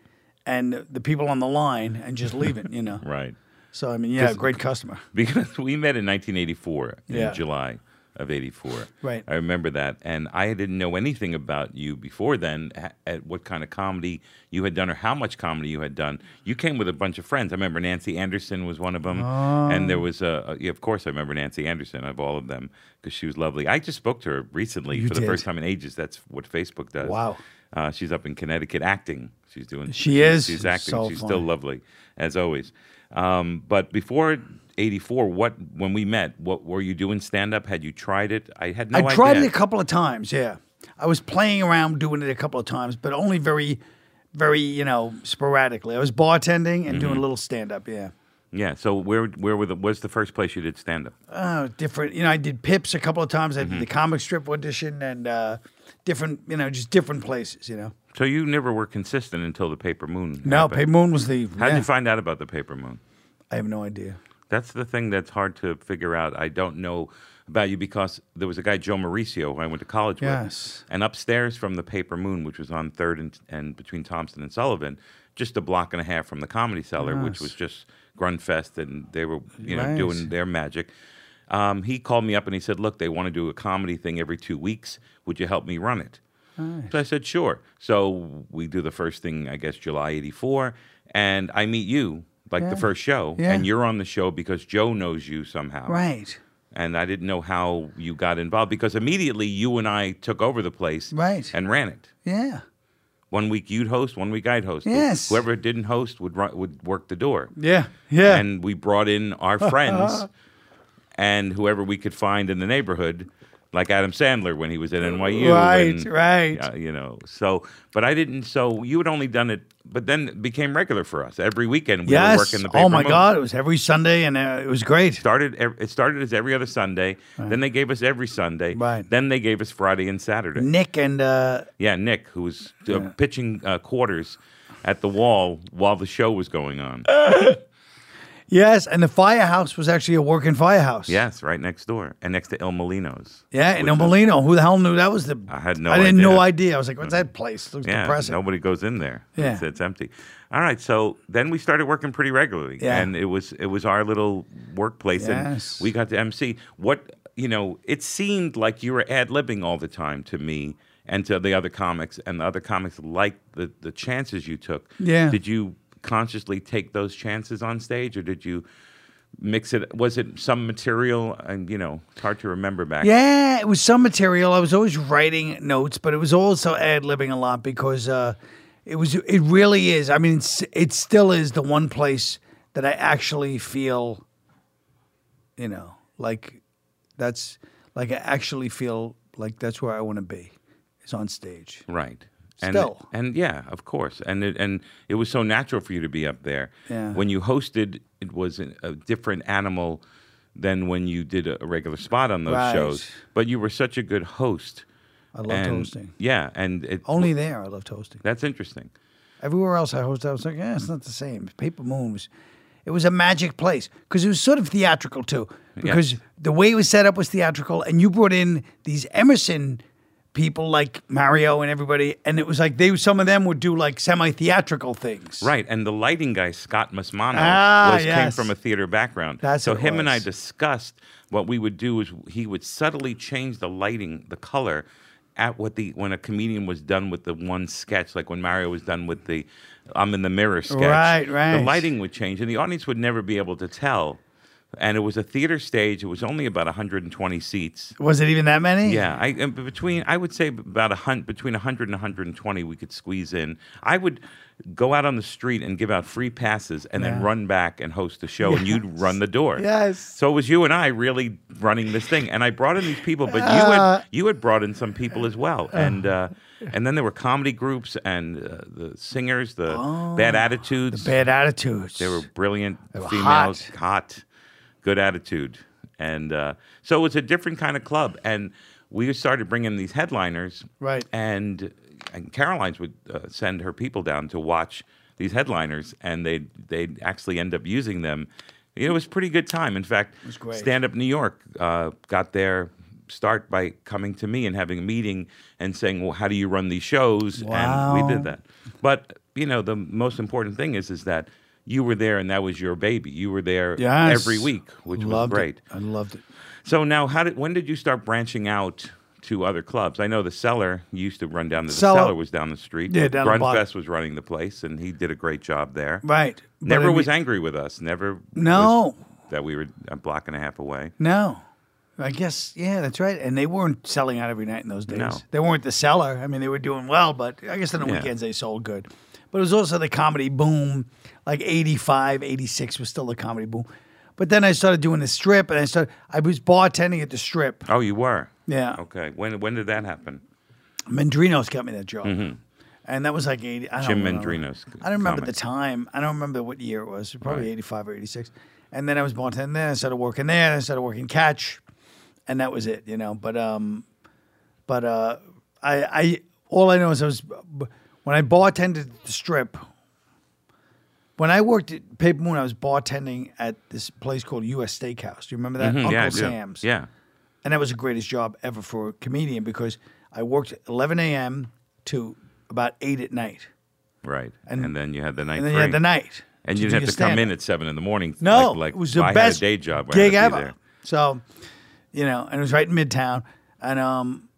and the people on the line and just leaving, you know.
right."
So, I mean, yeah,
'Cause-
great customer.
Because we met in 1984 in
Yeah.
July of 84.
Right.
I remember that and I didn't know anything about you before then ha- at what kind of comedy you had done or how much comedy you had done. You came with a bunch of friends. I remember Nancy Anderson was one of them and there
Oh.
was a, a yeah, of course I remember Nancy Anderson of all of them because she was lovely. I just spoke to her recently
You
for the
did.
first time in ages. That's what Facebook does.
Wow.
Uh, she's up in Connecticut acting. She's doing.
She is?
She's acting.
So
she's
funny.
still lovely as always. Um, but before '84, what when we met, what were you doing stand up? Had you tried it? I had no
I
idea.
tried it a couple of times. Yeah, I was playing around doing it a couple of times, but only very, very you know sporadically. I was bartending and doing a
Mhm.
little stand up. Yeah,
Yeah. So where where were the, was the first place you did stand up?
oh, different. You know, I did Pips a couple of times. I
Mhm.
did the comic strip audition and uh, different. You know, just different places. You know,
So you never were consistent until the Paper Moon.
No,
happened.
Paper Moon was the-
How did
yeah.
you find out about the Paper Moon?
I have no idea.
That's the thing that's hard to figure out. I don't know about you because there was a guy Joe Mauricio who I went to college
Yes.
with, and upstairs from the Paper Moon, which was on Third and, and between Thompson and Sullivan, just a block and a half from the Comedy Cellar, which
Yes.
was just Grunfest, and they were you know
Right.
doing their magic. Um, he called me up and he said, "Look, they want to do a comedy thing every two weeks. Would you help me run it?" So I said, sure. So we do the first thing, I guess, July 84. And I meet you, like
Yeah.
the first show.
Yeah.
And you're on the show because Joe knows you somehow.
Right.
And I didn't know how you got involved because immediately you and I took over the place
Right.
and ran it.
Yeah.
One week you'd host, one week I'd host.
Yes.
Whoever didn't host would run, would work the door.
Yeah. Yeah.
And we brought in our friends and whoever we could find in the neighborhood, like Adam Sandler when he was at NYU.
Right,
and,
right.
yeah, you know, so, but I didn't. So you had only done it, but then it became regular for us. Every weekend we
yes.
were working the paper.
oh my
Moon.
God! It was every Sunday, and uh, it was great.
Started. ev- It started as every other Sunday. Then they gave us every Sunday. Right. Then they gave us Friday and Saturday.
Nick and uh,
Yeah, Nick, who was uh,
Yeah.
pitching uh, quarters at the wall while the show was going on.
yes, and the firehouse was actually a working firehouse.
Yes, right next door and next to El Molino's.
Yeah, and
which is-
Molino. Who the hell knew that was the?
I had no.
I didn't
idea.
no idea. I was like, what's that place? Looks
yeah,
depressing.
nobody goes in there.
Yeah.
It's, it's empty. All right, so then we started working pretty regularly,
Yeah.
and it was it was our little workplace,
Yes.
and we got to MC. What you know, it seemed like you were ad libbing all the time to me and to the other comics, and the other comics liked the the chances you took.
Yeah.
did you consciously take those chances on stage, or did you? Mix it. Was it some material? And you know, it's hard to remember back.
Yeah, Eh, it was some material. I was always writing notes, but it was also ad libbing a lot because uh, it was. It really is. I mean, it's, it still is the one place that I actually feel, you know, like that's like I actually feel like that's where I want to be. Is on stage.
Right. And,
Still.
And yeah, of course. And it, and it was so natural for you to be up there.
Yeah.
When you hosted, it was a a different animal than when you did a a regular spot on those
Right.
shows. But you were such a good host.
I loved
and,
hosting.
Yeah, and it,
Only there I loved hosting.
That's interesting.
Everywhere else I hosted, I was like, yeah, it's not the same. Paper Moon was, it was a magic place because it was sort of theatrical too, because
Yes.
the way it was set up was theatrical, and you brought in these Emerson people like Mario and everybody, and it was like they some of them would do like semi theatrical things.
Right, and the lighting guy Scott Masmano
Ah,
was, came
yes.
from a theater background.
That's
so
what it
him and I
was.
discussed what we would do is he would subtly change the lighting, the color, at what the when a comedian was done with the one sketch, like when Mario was done with the "I'm in the mirror" sketch.
Right,
The
right.
lighting would change, and the audience would never be able to tell and it was a theater stage. It was only about 120 seats.
Was it even that many?
Yeah, I and between I would say about a hunt between 100 and 120 we could squeeze in. I would go out on the street and give out free passes and then
Yeah.
run back and host a show and you'd run the door.
Yes.
So it was you and I really running this thing and I brought in these people but you
Uh.
had you had brought in some people as well and uh, and then there were comedy groups and uh, the singers the bad attitudes
Oh, Bad attitudes.
they were brilliant
were
females, hot. good attitude, and uh, so it was a different kind of club. And we started bringing these headliners,
Right.
And and Caroline's would uh, send her people down to watch these headliners, and they they would actually end up using them. It was a pretty good time. In fact,
was great.
Stand Up New York uh, got their start by coming to me and having a meeting and saying, "Well, how do you run these shows?" And
Wow.
we did that. But you know, the most important thing is is that you were there, and that was your baby. You were there
Yes.
every week, which
Loved it.
was great.
I loved it.
So now, how did when did you start branching out to other clubs? I know the cellar you used to run down to the
Cellar-
cellar, was down the street.
Yeah, down the block.
Grunfest was running the place, and he did a great job there.
Right. But
Never
I
was angry with us. Never.
No.
was that we were a block and a half away.
No. I guess, yeah, that's right. And they weren't selling out every night in those days.
No.
They weren't the seller. I mean, they were doing well, but I guess on the
Yeah.
weekends they sold good. But it was also the comedy boom. Like 85, 86 was still the comedy boom. But then I started doing the strip and I started, I was bartending at the strip.
Oh, you were.
Yeah.
Okay. When when did that happen?
Mandrinos got me that job.
Mhm.
And that was like 80. I don't
Jim
remember.
Mandrinos.
I don't remember the
comic.
time. I don't remember what year it was. Probably
Right.
85 or 86. And then I was bartending there. I started working there. I started working catch. And that was it, you know. But, um, but, uh, I, I, all I know is I was, when I bartended at the strip, when I worked at Paper Moon, I was bartending at this place called U.S. Steakhouse. Do you remember that?
Mhm,
Uncle
yeah, I do.
Sam's.
Yeah.
And that was the greatest job ever for a comedian because I worked 11 a.m. to about 8 at night.
Right. And, then you had the night.
and then you had
free.
the night
And
to
you
do
didn't
your
have to come in
stand-up.
at seven in the morning.
No,
like, like
it was the
I had a
best
day job where I had
gig
to be
ever.
there.
So, you know, and it was right in Midtown. And, um,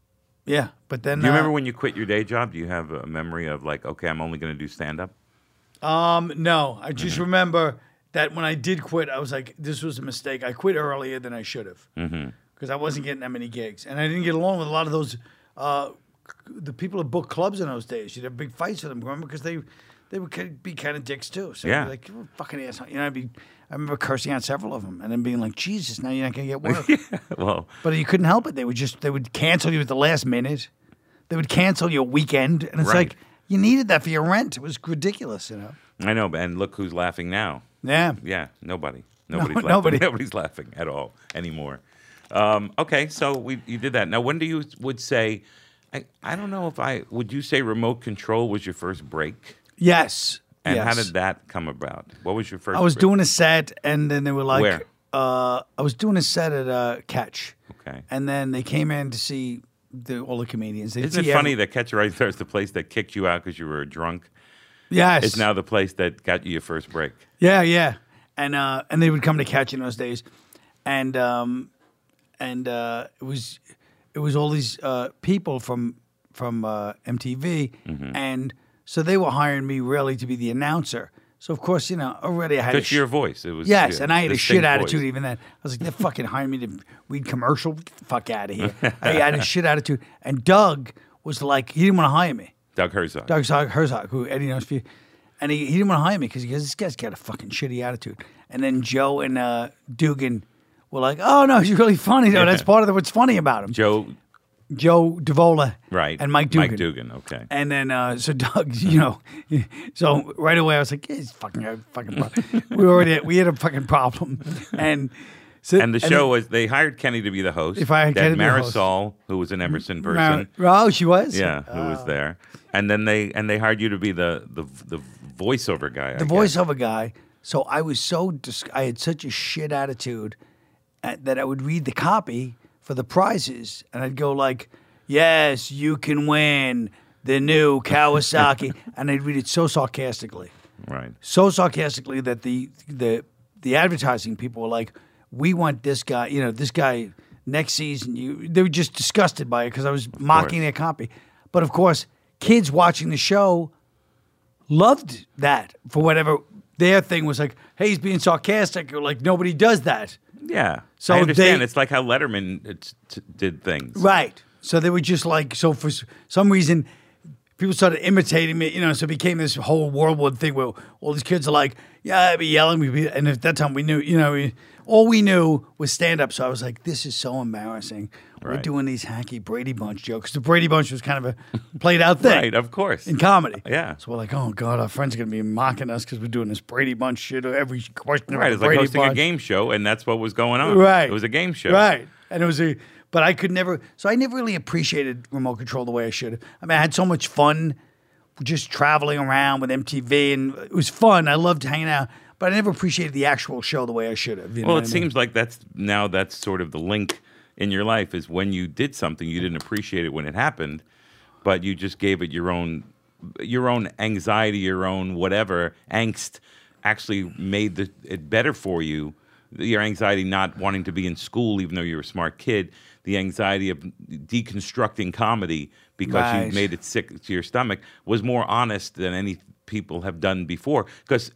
yeah, but then.
Do you
uh,
remember when you quit your day job? Do you have a memory of like, okay, I'm only going to do stand up?
Um, no, I just
Mm-hmm.
remember that when I did quit, I was like, this was a mistake. I quit earlier than I should have.
Mm-hmm.
because I wasn't getting that many gigs, and I didn't get along with a lot of those uh, c- the people that booked clubs in those days. You'd have big fights with them, remember? Because they they would ki- be kind of dicks too. So you'd be
Yeah.
like you're a fucking asshole. You know, I'd be I remember cursing out several of them, and then being like, Jesus, now you're not gonna get work.
Well,
but you couldn't help it. They would just they would cancel you at the last minute. They would cancel your weekend, and it's
Right.
like you needed that for your rent. It was ridiculous, you know.
I know, and look who's laughing now.
Yeah.
Yeah, nobody. Nobody's laughing.
nobody.
Nobody's laughing at all anymore. Um, okay, so we you did that. Now, when do you would say? I, I don't know if I would you say remote control was your first break,
Yes.
and
yes.
how did that come about? What was your first?
I was
break?
doing a set, and then they were like,
Where?
Uh, I was doing a set at uh, Catch.
Okay.
And then they came in to see the, all the comedians. They'd
Isn't
see
it funny
every-
that Catch a Right There is the place that kicked you out because you were drunk?
Yes.
It's now the place that got you your first break.
yeah, yeah. And uh, and they would come to Catch in those days, and um, and uh, it was it was all these uh, people from from uh, MTV,
Mm-hmm.
and so they were hiring me really to be the announcer. So of course, you know, already I had a
Just your voice. It was
yes,
yeah,
and I had a
distinct
shit attitude
voice.
even then. I was like, they're fucking hiring me to read commercial. Get the fuck out of here. I had a shit attitude. And Doug was like, he didn't want to hire me.
Doug Herzog.
Doug Zog- Herzog, who Eddie knows for you. And he, he didn't want to hire me because he goes, this guy's got a fucking shitty attitude. And then Joe and uh, Dugan were like, oh, no, he's really funny, though. That's part of the, what's funny about him.
Joe,
Joe Davola
right?
and Mike Dugan.
Mike Dugan. Okay.
And then, uh, so Doug, you know, so right away I was like, yeah, he's fucking, a fucking pro- we already, we had a fucking problem. And so,
And the show was they hired Kenny to be the host.
If I had
They
Kenny to be the host. Mm-hmm.
Marisol, who was an Emerson
Mar-
person.
oh, she was?
yeah, who
Oh.
was there? And then they and they hired you to be the the the voiceover guy. I
the
guess.
voiceover guy. So I was so dis- I had such a shit attitude uh, that I would read the copy for the prizes, and I'd go like, "Yes, you can win the new Kawasaki," and I'd read it so sarcastically,
Right.
so sarcastically that the the the advertising people were like, "We want this guy," you know, this guy next season. You they were just disgusted by it because I was mocking their copy, but of course, kids watching the show loved that for whatever their thing was like, hey, he's being sarcastic, or like nobody does that.
Yeah.
So
I understand.
they-
it's like how Letterman uh, t- t- did things.
Right. So they were just like so for s- some reason people started imitating me, you know, so it became this whole whirlwind thing where all these kids are like, yeah, I'd be yelling, we'd be, and at that time we knew, you know, we, all we knew was stand up. So I was like, this is so embarrassing. We're
Right.
doing these hacky Brady Bunch jokes. The Brady Bunch was kind of a played out thing.
Right, of course.
In comedy.
Yeah.
So we're like, oh God, our friends are gonna be mocking us because we're doing this Brady Bunch shit or every question.
Right.
about
It's like
Brady
hosting
Bunch.
a game show, and that's what was going on.
Right.
It was a game show.
Right. And it was a, but I could never, so I never really appreciated remote control the way I should have. I mean, I had so much fun just traveling around with MTV and it was fun. I loved hanging out, but I never appreciated the actual show the way I should have. you know
well,
what
it
I mean?
seems like that's now that's sort of the link in your life is when you did something you didn't appreciate it when it happened, but you just gave it your own your own anxiety, your own whatever angst actually made the, it better for you. Your anxiety not wanting to be in school, even though you were a smart kid, the anxiety of deconstructing comedy because
Right.
you made it sick to your stomach was more honest than any people have done before because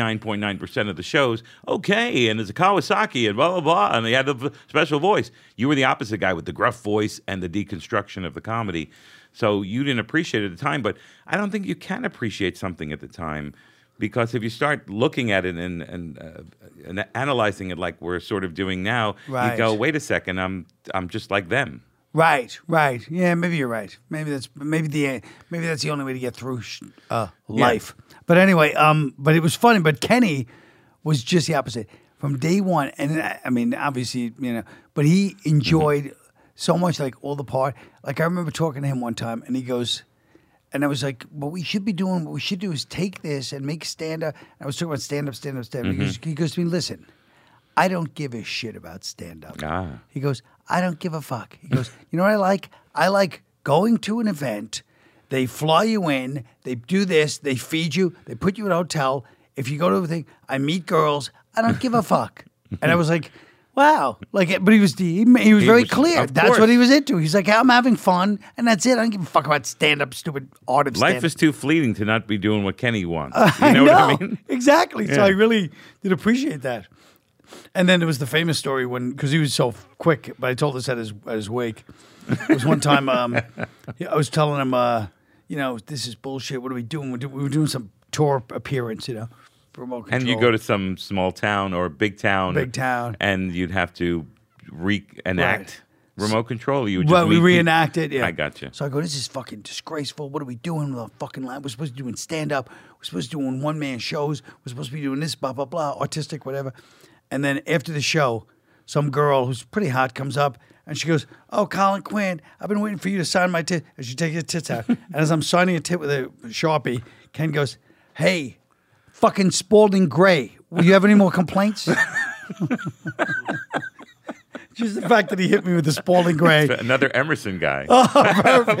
99.9% of the shows okay and it's a kawasaki and blah blah blah and they had a v- special voice you were the opposite guy with the gruff voice and the deconstruction of the comedy so you didn't appreciate it at the time but i don't think you can appreciate something at the time because if you start looking at it and, and, uh, and analyzing it like we're sort of doing now
Right.
you go wait a second i'm i'm just like them
Right, right. Yeah, maybe you're right. Maybe that's maybe the maybe that's the only way to get through sh- uh,
Yeah.
life. But anyway, um, but it was funny. But Kenny was just the opposite from day one. And uh, I, I mean, obviously, you know, but he enjoyed so much, like all the part. Like I remember talking to him one time, and he goes, and I was like, "What we should be doing, what we should do is take this and make stand up." I was talking about stand up, stand up, stand up. He,
Mhm.
goes, he goes to me, "Listen, I don't give a shit about stand up."
ah
He goes, I don't give a fuck. He goes, You know what I like? I like going to an event. They fly you in. They do this. They feed you. They put you in a hotel. If you go to a thing, I meet girls. I don't give a fuck. And I was like, Wow. Like, but he was he, he was
He
very
was-
clear.
of
That's
course.
what he was into. He's like, I'm having fun, and that's it. I don't give a fuck about stand up, stupid art of
Life
stand-up."
is too fleeting to not be doing what Kenny wants.
I
You know, what I
know.
mean?
Exactly. So
Yeah.
I really did appreciate that. And then there was the famous story when because he was so quick, but I told this at his at his wake. It was one time um, yeah, I was telling him, uh, you know, this is bullshit. What are we doing? We're do- we were doing some tour appearance, you know, for remote
And you
control.
go to some small town or big town,
Big town.
and you'd have to reenact remote control. You would just
Well, we
meet people-
reenact it, yeah.
I got you.
So I go, this is fucking disgraceful. What are we doing with our fucking life? We're supposed to be doing stand up. We're supposed to be doing one man shows. We're supposed to be doing this, blah, blah, blah, autistic, whatever. And then after the show, some girl who's pretty hot comes up and she goes, Oh, Colin Quinn, I've been waiting for you to sign my tit. And she takes her tits out. and as I'm signing a tit with a Sharpie, Ken goes, Hey, fucking Spalding Gray, will you have any more complaints? Just the fact that he hit me with the Spalding Gray.
Another Emerson guy.
Oh, perfect.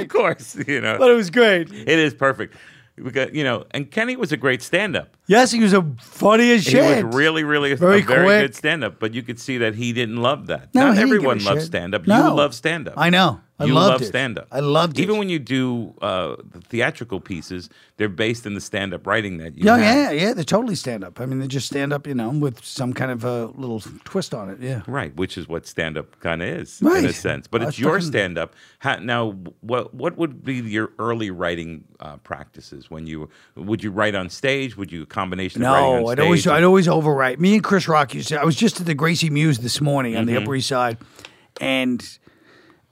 of course, you know.
But it was great.
It is perfect. We got, you know, and Kenny was a great stand-up.
Yes, he was a funny as
He
shit.
was really, really a
Very
very,
quick.
good stand-up, but you could see that he didn't love that.
No,
Not
he didn't give
everyone
a
loves
shit.
stand-up.
No.
You love stand-up.
I know. I
you
loved
love
it.
stand-up.
I loved it.
Even when you do uh, the theatrical pieces, they're based in the stand-up writing that you
yeah,
have.
Oh, yeah, yeah. They're totally stand up. I mean, they just stand up, you know, with some kind of a little twist on it. Yeah.
Right, which is what stand up kind of is in a
Right.
sense. But
I
it's your
fucking-
stand up. Now, what what would be your early writing uh, practices when you would you write on stage? Would you a combination of writing on
No,
stage?
I'd always,
and-
I'd always overwrite. Me and Chris Rock used to. I was just at the Gracie Muse this morning on the
Mhm.
Upper East Side, and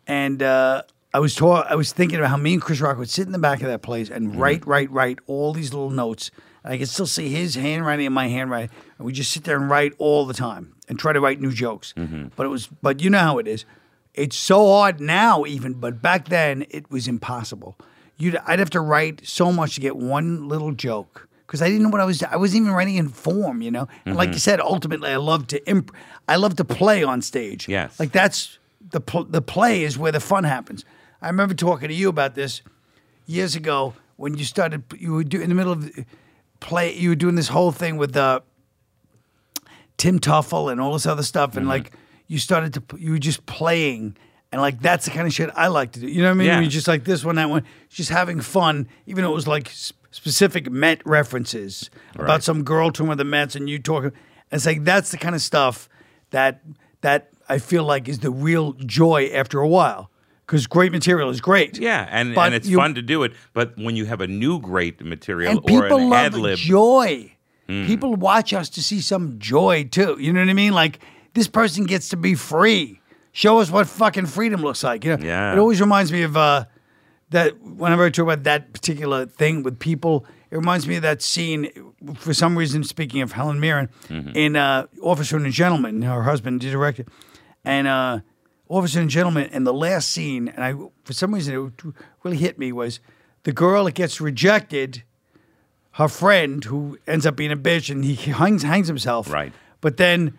and uh, I was ta- I was thinking about how me and Chris Rock would sit in the back of that place and write, write, write all these little notes. And I could still see his handwriting and my handwriting, and we just sit there and write all the time and try to write new jokes. But it was, but you know how it is. It's so hard now, even, but back then it was impossible. You'd, I'd have to write so much to get one little joke because I didn't know what I was. I wasn't even writing in form, you know. And like you
Mhm.
said, ultimately, I love to imp- I love to play on stage.
Yes.
like that's the pl- the play is where the fun happens. I remember talking to you about this years ago when you started. You were do, in the middle of play. You were doing this whole thing with uh, Tim Tuffle and all this other stuff,
Mm-hmm.
and like you started to p- you were just playing. And like that's the kind of shit I like to do. You know what I mean?
Yeah.
You're just like this one, that one, just having fun, even though it was like sp- specific Met references about some girl touring with the Mets, and you talking. It's like that's the kind of stuff that that I feel like is the real joy after a while because great material is great.
Yeah, and,
But
and it's
you-
fun to do it. But when you have a new great material
and
or
people
an
love
ad lib,
joy.
Mm.
People watch us to see some joy too. You know what I mean? Like this person gets to be free. Show us what fucking freedom looks like. You know?
Yeah.
It always reminds me of uh, that. Whenever I talk about that particular thing with people, it reminds me of that scene. For some reason, speaking of Helen Mirren in uh, Officer and Gentleman, her husband the director, and uh, Officer and Gentleman, and the last scene, and I for some reason it really hit me was the girl that gets rejected her friend who ends up being a bitch and he hangs hangs himself. Right. But then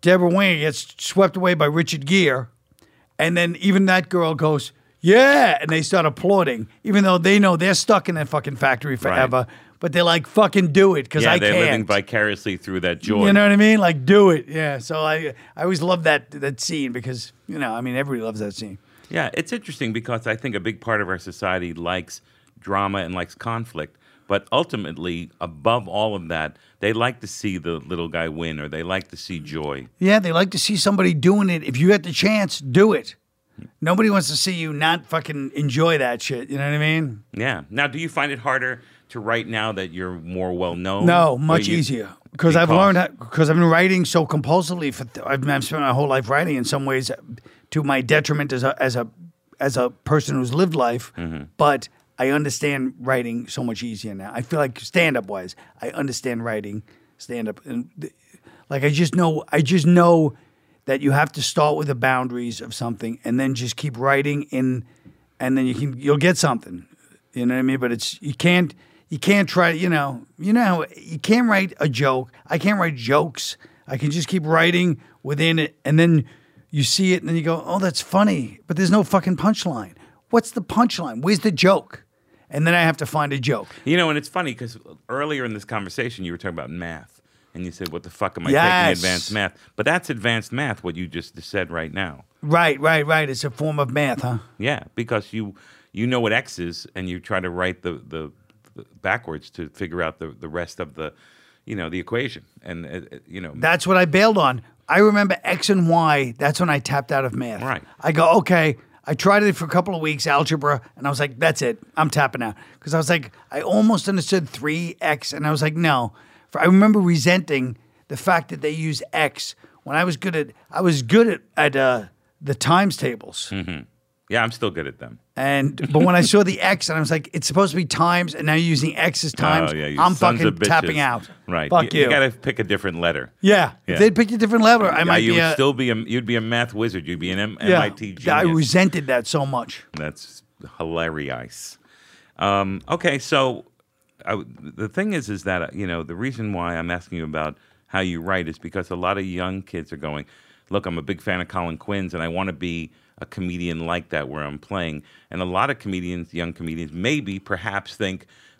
Deborah Winger gets swept away by Richard Gere, and then even that girl goes, "Yeah," and they start applauding, even though they know they're stuck in that fucking factory forever. But they're like, "Fucking do it," because
yeah,
I
they're living
can't.
vicariously through that joy.
You know what I mean? Like, do it. Yeah. So I I always love that that scene because you know I mean everybody loves that scene.
Yeah, it's interesting because I think a big part of our society likes drama and likes conflict. But ultimately, above all of that, they like to see the little guy win or they like to see joy.
Yeah, they like to see somebody doing it. If you get the chance, do it. Nobody wants to see you not fucking enjoy that shit. You know what I mean?
Yeah. Now, do you find it harder to write now that you're more well known?
No, much easier because I've learned because I've been writing so compulsively for th- I've, I've spent my whole life writing in some ways uh, to my detriment as a as a as a person who's lived life, but I understand writing so much easier now. I feel like stand up wise, I understand writing stand up and th- like I just know I just know that you have to start with the boundaries of something and then just keep writing in and then you can you'll get something. You know what I mean? But it's you can't you can't try you know you know how- you can't write a joke. I can't write jokes. I can just keep writing within it, and then you see it, and then you go, "Oh, that's funny," but there's no fucking punchline. What's the punchline? Where's the joke? And then I have to find a joke.
You know, and it's funny because earlier in this conversation, you were talking about math. And you said, what the fuck am I
Yes.
taking advanced math? But that's advanced math, what you just said right now.
Right, right, right. It's a form of math, huh?
Yeah, because you you know what X is, and you try to write the the, the backwards to figure out the, the rest of the you know the equation, and uh, uh, you know
That's what I bailed on. I remember X and Y. That's when I tapped out of math. Right. I go, okay. I tried it for a couple of weeks, algebra, and I was like, that's it. I'm tapping out. Because I was like, I almost understood 3X, and I was like, no. For, I remember resenting the fact that they use X when I was good at, I was good at, at uh, the times tables.
hmm Yeah, I'm still good at them.
And but when I saw the X and I was like, it's supposed to be times, and now you're using X as times.
Oh, yeah, you
I'm
sons
fucking
of bitches.
tapping out.
Right.
Fuck
you.
you.
got to pick a different letter.
yeah.
Yeah.
If they'd picked a different letter, I
Yeah,
might
you
be
would
a,
still be a you'd be a math wizard. You'd be an M- MIT genius.
I resented that so much.
That's hilarious. Um, okay, so I w the thing is, is that uh, you know the reason why I'm asking you about how you write is because a lot of young kids are going, "Look, I'm a big fan of Colin Quinn's, and I want to be a comedian like that where I'm playing." And a lot of comedians, young comedians, maybe perhaps think,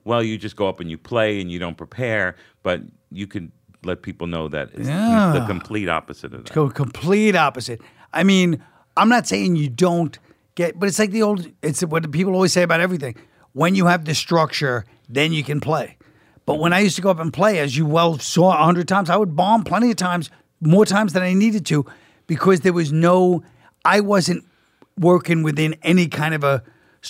"Well, you just go up and you play and you don't prepare," but you can let people know that it's the
Yeah.
complete opposite of that.
Go complete opposite. I mean, I'm not saying you don't get, but it's like the old. It's what people always say about everything. When you have the structure, then you can play. But when I used to go up and play, as you well saw a hundred times, I would bomb plenty of times, more times than I needed to, because there was no. I wasn't working within any kind of a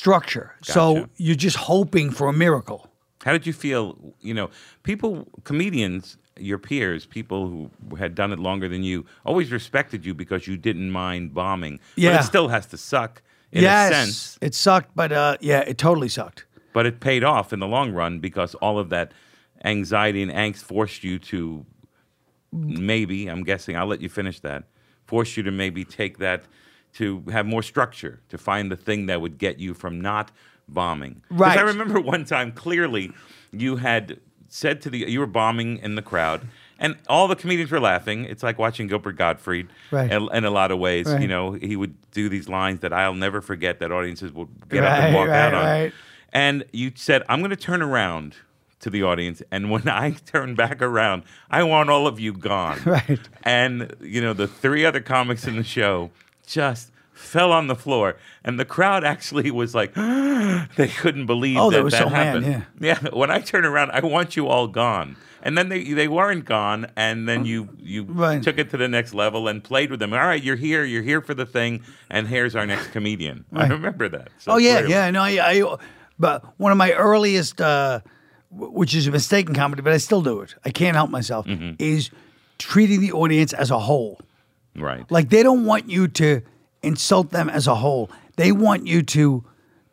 structure. So you're just hoping for a miracle.
How did you feel? You know, people, comedians, your peers, people who had done it longer than you, always respected you because you didn't mind bombing. But
Yeah.
it still has to suck in
yes,
a sense.
it sucked, but uh, yeah, it totally sucked.
But it paid off in the long run because all of that anxiety and angst forced you to maybe, I'm guessing, I'll let you finish that, forced you to maybe take that to have more structure, to find the thing that would get you from not bombing. 'Cause I
Right.
remember one time clearly you had said to the, you were bombing in the crowd. And all the comedians were laughing. It's like watching Gilbert Gottfried
Right.
in, in a lot of ways. You
Right.
know, he would do these lines that I'll never forget that audiences will get up and
Right,
walk out
right,
on.
right.
And you said, I'm going to turn around to the audience. And when I turn back around, I want all of you gone. Right. And, you know, the three other comics in the show just fell on the floor, and the crowd actually was like, they couldn't believe
Oh, they
that
were
that
so mad,
happened. yeah. when I turn around, I want you all gone. And then they, they weren't gone, and then you you took it to the next level and played with them. All right, you're here, you're here for the thing, and here's our next comedian. I
Right.
remember that. So
oh yeah,
clearly.
yeah. No, I, I. But one of my earliest, uh, w- which is a mistaken comedy, but I still do it. I can't help myself. Is treating the audience as a whole.
Right.
Like they don't want you to insult them as a whole. They want you to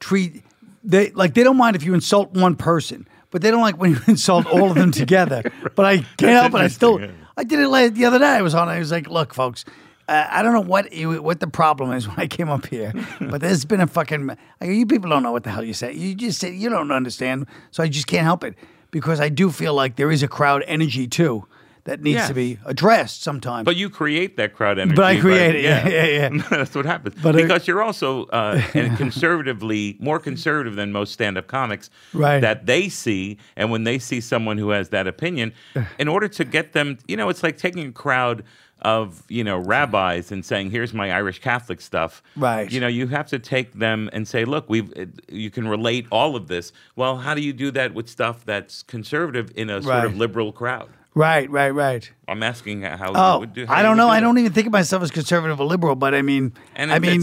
treat they like they don't mind if you insult one person, but they don't like when you insult all of them together. But I can't help it. I still I did it late, the other day. I was on. I was like, look, folks. Uh, I don't know what you, what the problem is when I came up here, but there's been a fucking. I go, you people don't know what the hell you say. You just say you don't understand, so I just can't help it because I do feel like there is a crowd energy too that needs
Yes.
to be addressed sometimes.
But you create that crowd energy.
But I
by-
create it, yeah, yeah,
That's what happens.
But I-
because you're also uh, and conservatively more conservative than most stand-up comics
Right.
that they see, and when they see someone who has that opinion, in order to get them, you know, it's like taking a crowd of you know rabbis and saying, "Here's my Irish Catholic stuff."
Right.
You know, you have to take them and say, "Look, we've uh, you can relate all of this." Well, how do you do that with stuff that's conservative in a sort of
Right.
liberal crowd?
Right, right, right.
I'm asking how you
Oh,
would do. how
I
you
don't
would
know.
do
I
that.
don't even think of myself as conservative or liberal, but I mean,
And
I mean,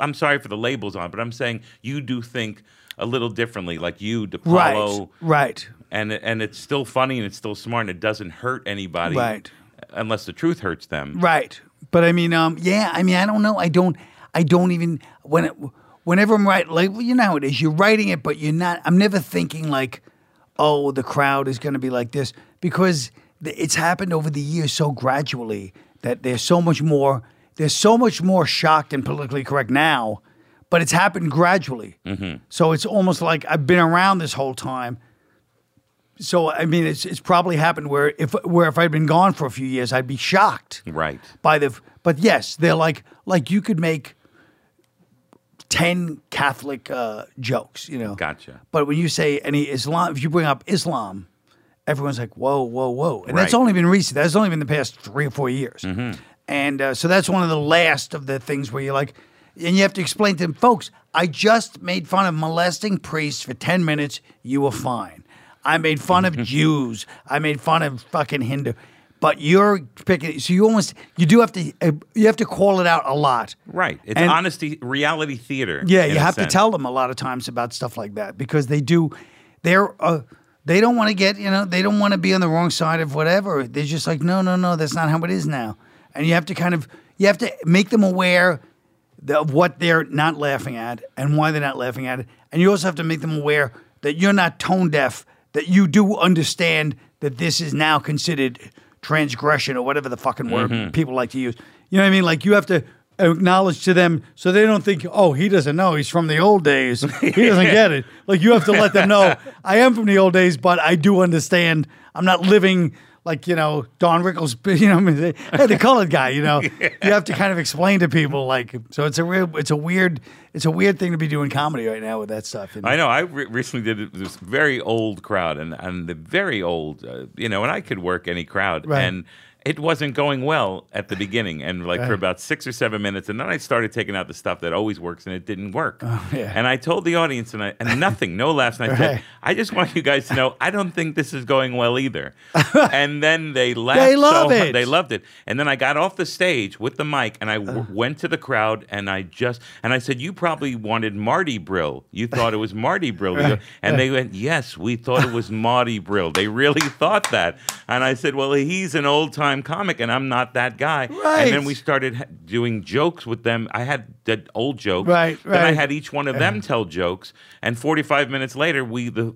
I'm sorry for the labels on, it, but I'm saying you do think a little differently, like you,
right,
DePaulo,
right.
and and it's still funny and it's still smart and it doesn't hurt anybody,
Right.
Unless the truth hurts them,
Right. But I mean, um, yeah. I mean, I don't know. I don't. I don't even when it, whenever I'm writing, like you know how it is. You're writing it, but you're not. I'm never thinking like, oh, the crowd is going to be like this because th- it's happened over the years so gradually that there's so much more. There's so much more shocked and politically correct now, but it's happened gradually. Mm-hmm. So it's almost like I've been around this whole time. So I mean, it's it's probably happened where if where if I'd been gone for a few years, I'd be shocked
right?
by the. But yes, they're like like you could make ten Catholic uh, jokes, you know.
Gotcha.
But when you say any Islam, if you bring up Islam, everyone's like, whoa, whoa, whoa, and that's
Right.
only been recent. That's only been the past three or four years.
Mhm.
And uh, so that's one of the last of the things where you're like, and you have to explain to them, folks, I just made fun of molesting priests for 10 minutes. You were fine. I made fun of Jews. I made fun of fucking Hindu. But you're picking, so you almost, you do have to, uh, you have to call it out a lot.
Right. It's
And-
honesty, reality theater.
Yeah,
in
you
a
have
sense.
to tell them a lot of times about stuff like that because they do. They're uh, they don't want to get you know they don't want to be on the wrong side of whatever. They're just like no no no that's not how it is now, and you have to kind of you have to make them aware th- of what they're not laughing at and why they're not laughing at it, and you also have to make them aware that you're not tone deaf that you do understand that this is now considered transgression or whatever the fucking word
Mm-hmm.
Mhm.
people like to use. You know what I mean? Like you have to acknowledge to them so they don't think, oh, he doesn't know. He's from the old days. He doesn't get it. Like you have to let them know I am from the old days, but I do understand. I'm not living like, you know, Don Rickles, you know, I mean, the, hey, the colored guy, you know. You have to kind of explain to people like so it's a real it's a weird it's a weird thing to be doing comedy right now with that stuff. you know?
I know. I re- recently did it with this very old crowd, and and the very old, uh, you know, and I could work any crowd,
Right.
and it wasn't going well at the beginning, and like for
Right.
about six or seven minutes, and then I started taking out the stuff that always works, and it didn't work.
Oh, yeah.
And I told the audience, and I and nothing, no laughs, and I said,
Right.
I just want you guys to know, I don't think this is going well either. and then they laughed.
They
so
love
hard-
it.
They loved it. And then I got off the stage with the mic and I w- went to the crowd and I just and I said, "You probably wanted Marty Brill. You thought it was Marty Brill."
Right,
And they went, "Yes, we thought it was Marty Brill." They really thought that. And I said, "Well, he's an old-time comic and I'm not that guy." And then
Right.
we started ha- doing jokes with them. I had the old jokes.
Right,
Then I
right.
had each one of them tell jokes, and 45 minutes later, we the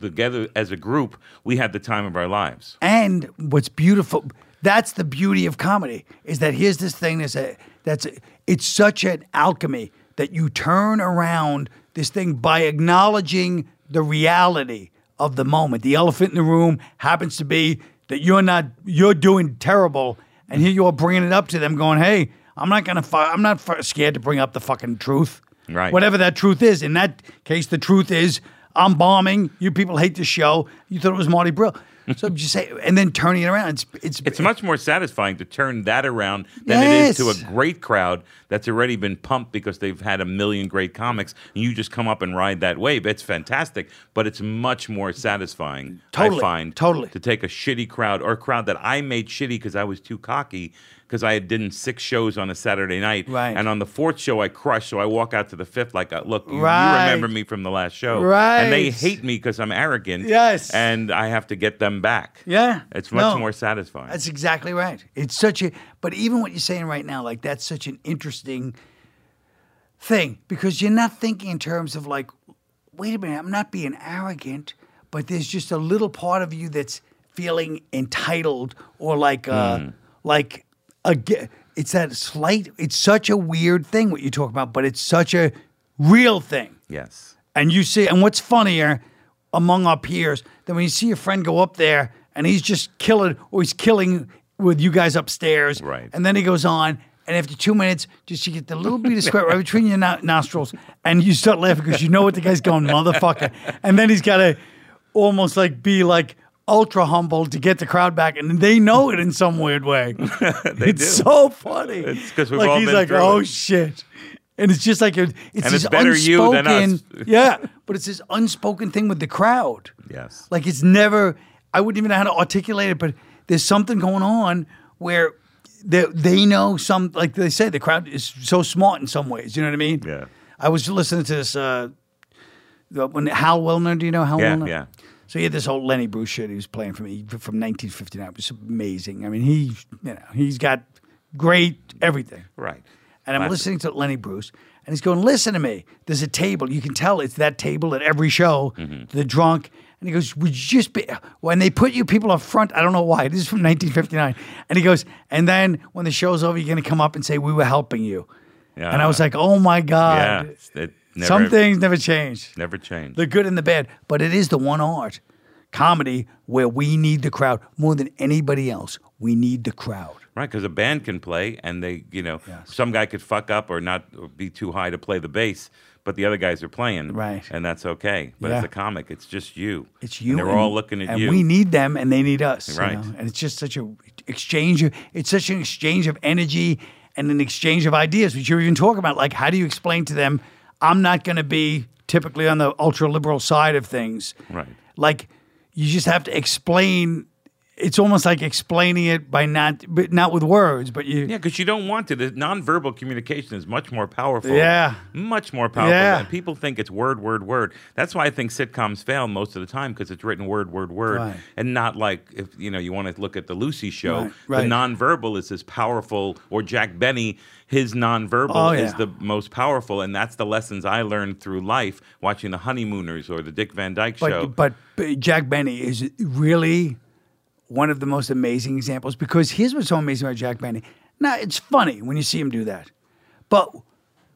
together as a group, we had the time of our lives.
And what's beautiful, that's the beauty of comedy, is that here's this thing that's a, that's a, it's such an alchemy that you turn around this thing by acknowledging the reality of the moment. The elephant in the room happens to be that you're not you're doing terrible, and here you are bringing it up to them, going, "Hey, I'm not gonna fi- I'm not fu- scared to bring up the fucking truth."
Right.
Whatever that truth is. In that case, the truth is I'm bombing. You people hate the show. You thought it was Marty Brill. so just say, and then turning it around. It's it's
It's much more satisfying to turn that around than it is
Yes.
to a great crowd that's already been pumped because they've had a million great comics, and you just come up and ride that wave. It's fantastic, but it's much more satisfying.
Totally,
I find
totally.
to take a shitty crowd or a crowd that I made shitty because I was too cocky because I had done six shows on a Saturday night,
Right.
And on the fourth show, I crushed, so I walk out to the fifth like, uh, "Look, you, you
Right.
remember me from the last show, And they
Right.
hate me because I'm arrogant,
Yes.
and I have to get them back.
yeah.
It's much
No.
more satisfying.
That's exactly right. It's such a but even what you're saying right now, like that's such an interesting thing because you're not thinking in terms of like, wait a minute, I'm not being arrogant, but there's just a little part of you that's feeling entitled or like uh like a ge- it's that slight it's such a weird thing what you talk about, but it's such a real thing.
yes.
And you see, and what's funnier among our peers than when you see a friend go up there and he's just killing, or he's killing with you guys upstairs. Right. And then he goes on, and after two minutes, just you get the little bit of squirt right between your no- nostrils, and you start laughing because you know what the guy's going, motherfucker. And then he's got to almost like be like ultra humble to get the crowd back, and they know it in some weird way.
They
it's
do.
so funny.
It's 'cause we've
like
all
he's
been
like,
through
oh
it."
shit, and it's just like it- it's
And
this
it's better you than us.
unspoken- yeah, but it's this unspoken thing with the crowd.
Yes.
Like it's never. I wouldn't even know how to articulate it, but there's something going on where they they know some. Like they say, the crowd is so smart in some ways. You know what I mean? Yeah. I was listening to this. Uh, the- when Hal Wilner, do you know Hal
Yeah,
Wilner?
yeah.
So he had this old Lenny Bruce shit he was playing for me from 1959. It was amazing. I mean, he, you know, he's got great everything.
Right.
And I'm
Classic.
listening to Lenny Bruce, and he's going, "Listen to me. There's a table. You can tell it's that table at every show.
Mm-hmm.
The drunk." And he goes, "Would you just be when they put you people up front? I don't know why. This is from 1959." And he goes, "And then when the show's over, you're going to come up and say we were helping you." And I was like, "Oh my
yeah.
god!
It never,
Some things never change."
never changed.
the good and the bad, but it is the one art comedy where we need the crowd more than anybody else. We need the crowd.
Right, because a band can play, and they, you know, some guy could fuck up or not or be too high to play the bass, but the other guys are playing,
Right.
and that's okay. But as
Yeah.
a comic, it's just you.
It's you.
And they're
and-
all looking at
and
you.
We need them, and they need us. you
Right.
know? And it's just such a exchange. Of, it's such an exchange of energy and an exchange of ideas, which you're even talking about. Like, how do you explain to them? I'm not going to be typically on the ultra liberal side of things.
Right.
Like, you just have to explain. It's almost like explaining it by not, but not with words, but you.
Yeah, because you don't want to. The nonverbal communication is much more powerful.
Yeah.
Much more powerful.
Yeah.
than- People think it's word, word, word. That's why I think sitcoms fail most of the time because it's written word, word, word.
Right.
And not like if you know you want to look at the Lucy show.
Right, right.
The nonverbal is this powerful or Jack Benny, his nonverbal
Oh,
is
yeah.
the most powerful. And that's the lessons I learned through life watching the Honeymooners or the Dick Van Dyke
but,
show.
But but Jack Benny is really one of the most amazing examples because here's what's so amazing about Jack Benny. Now, it's funny when you see him do that, but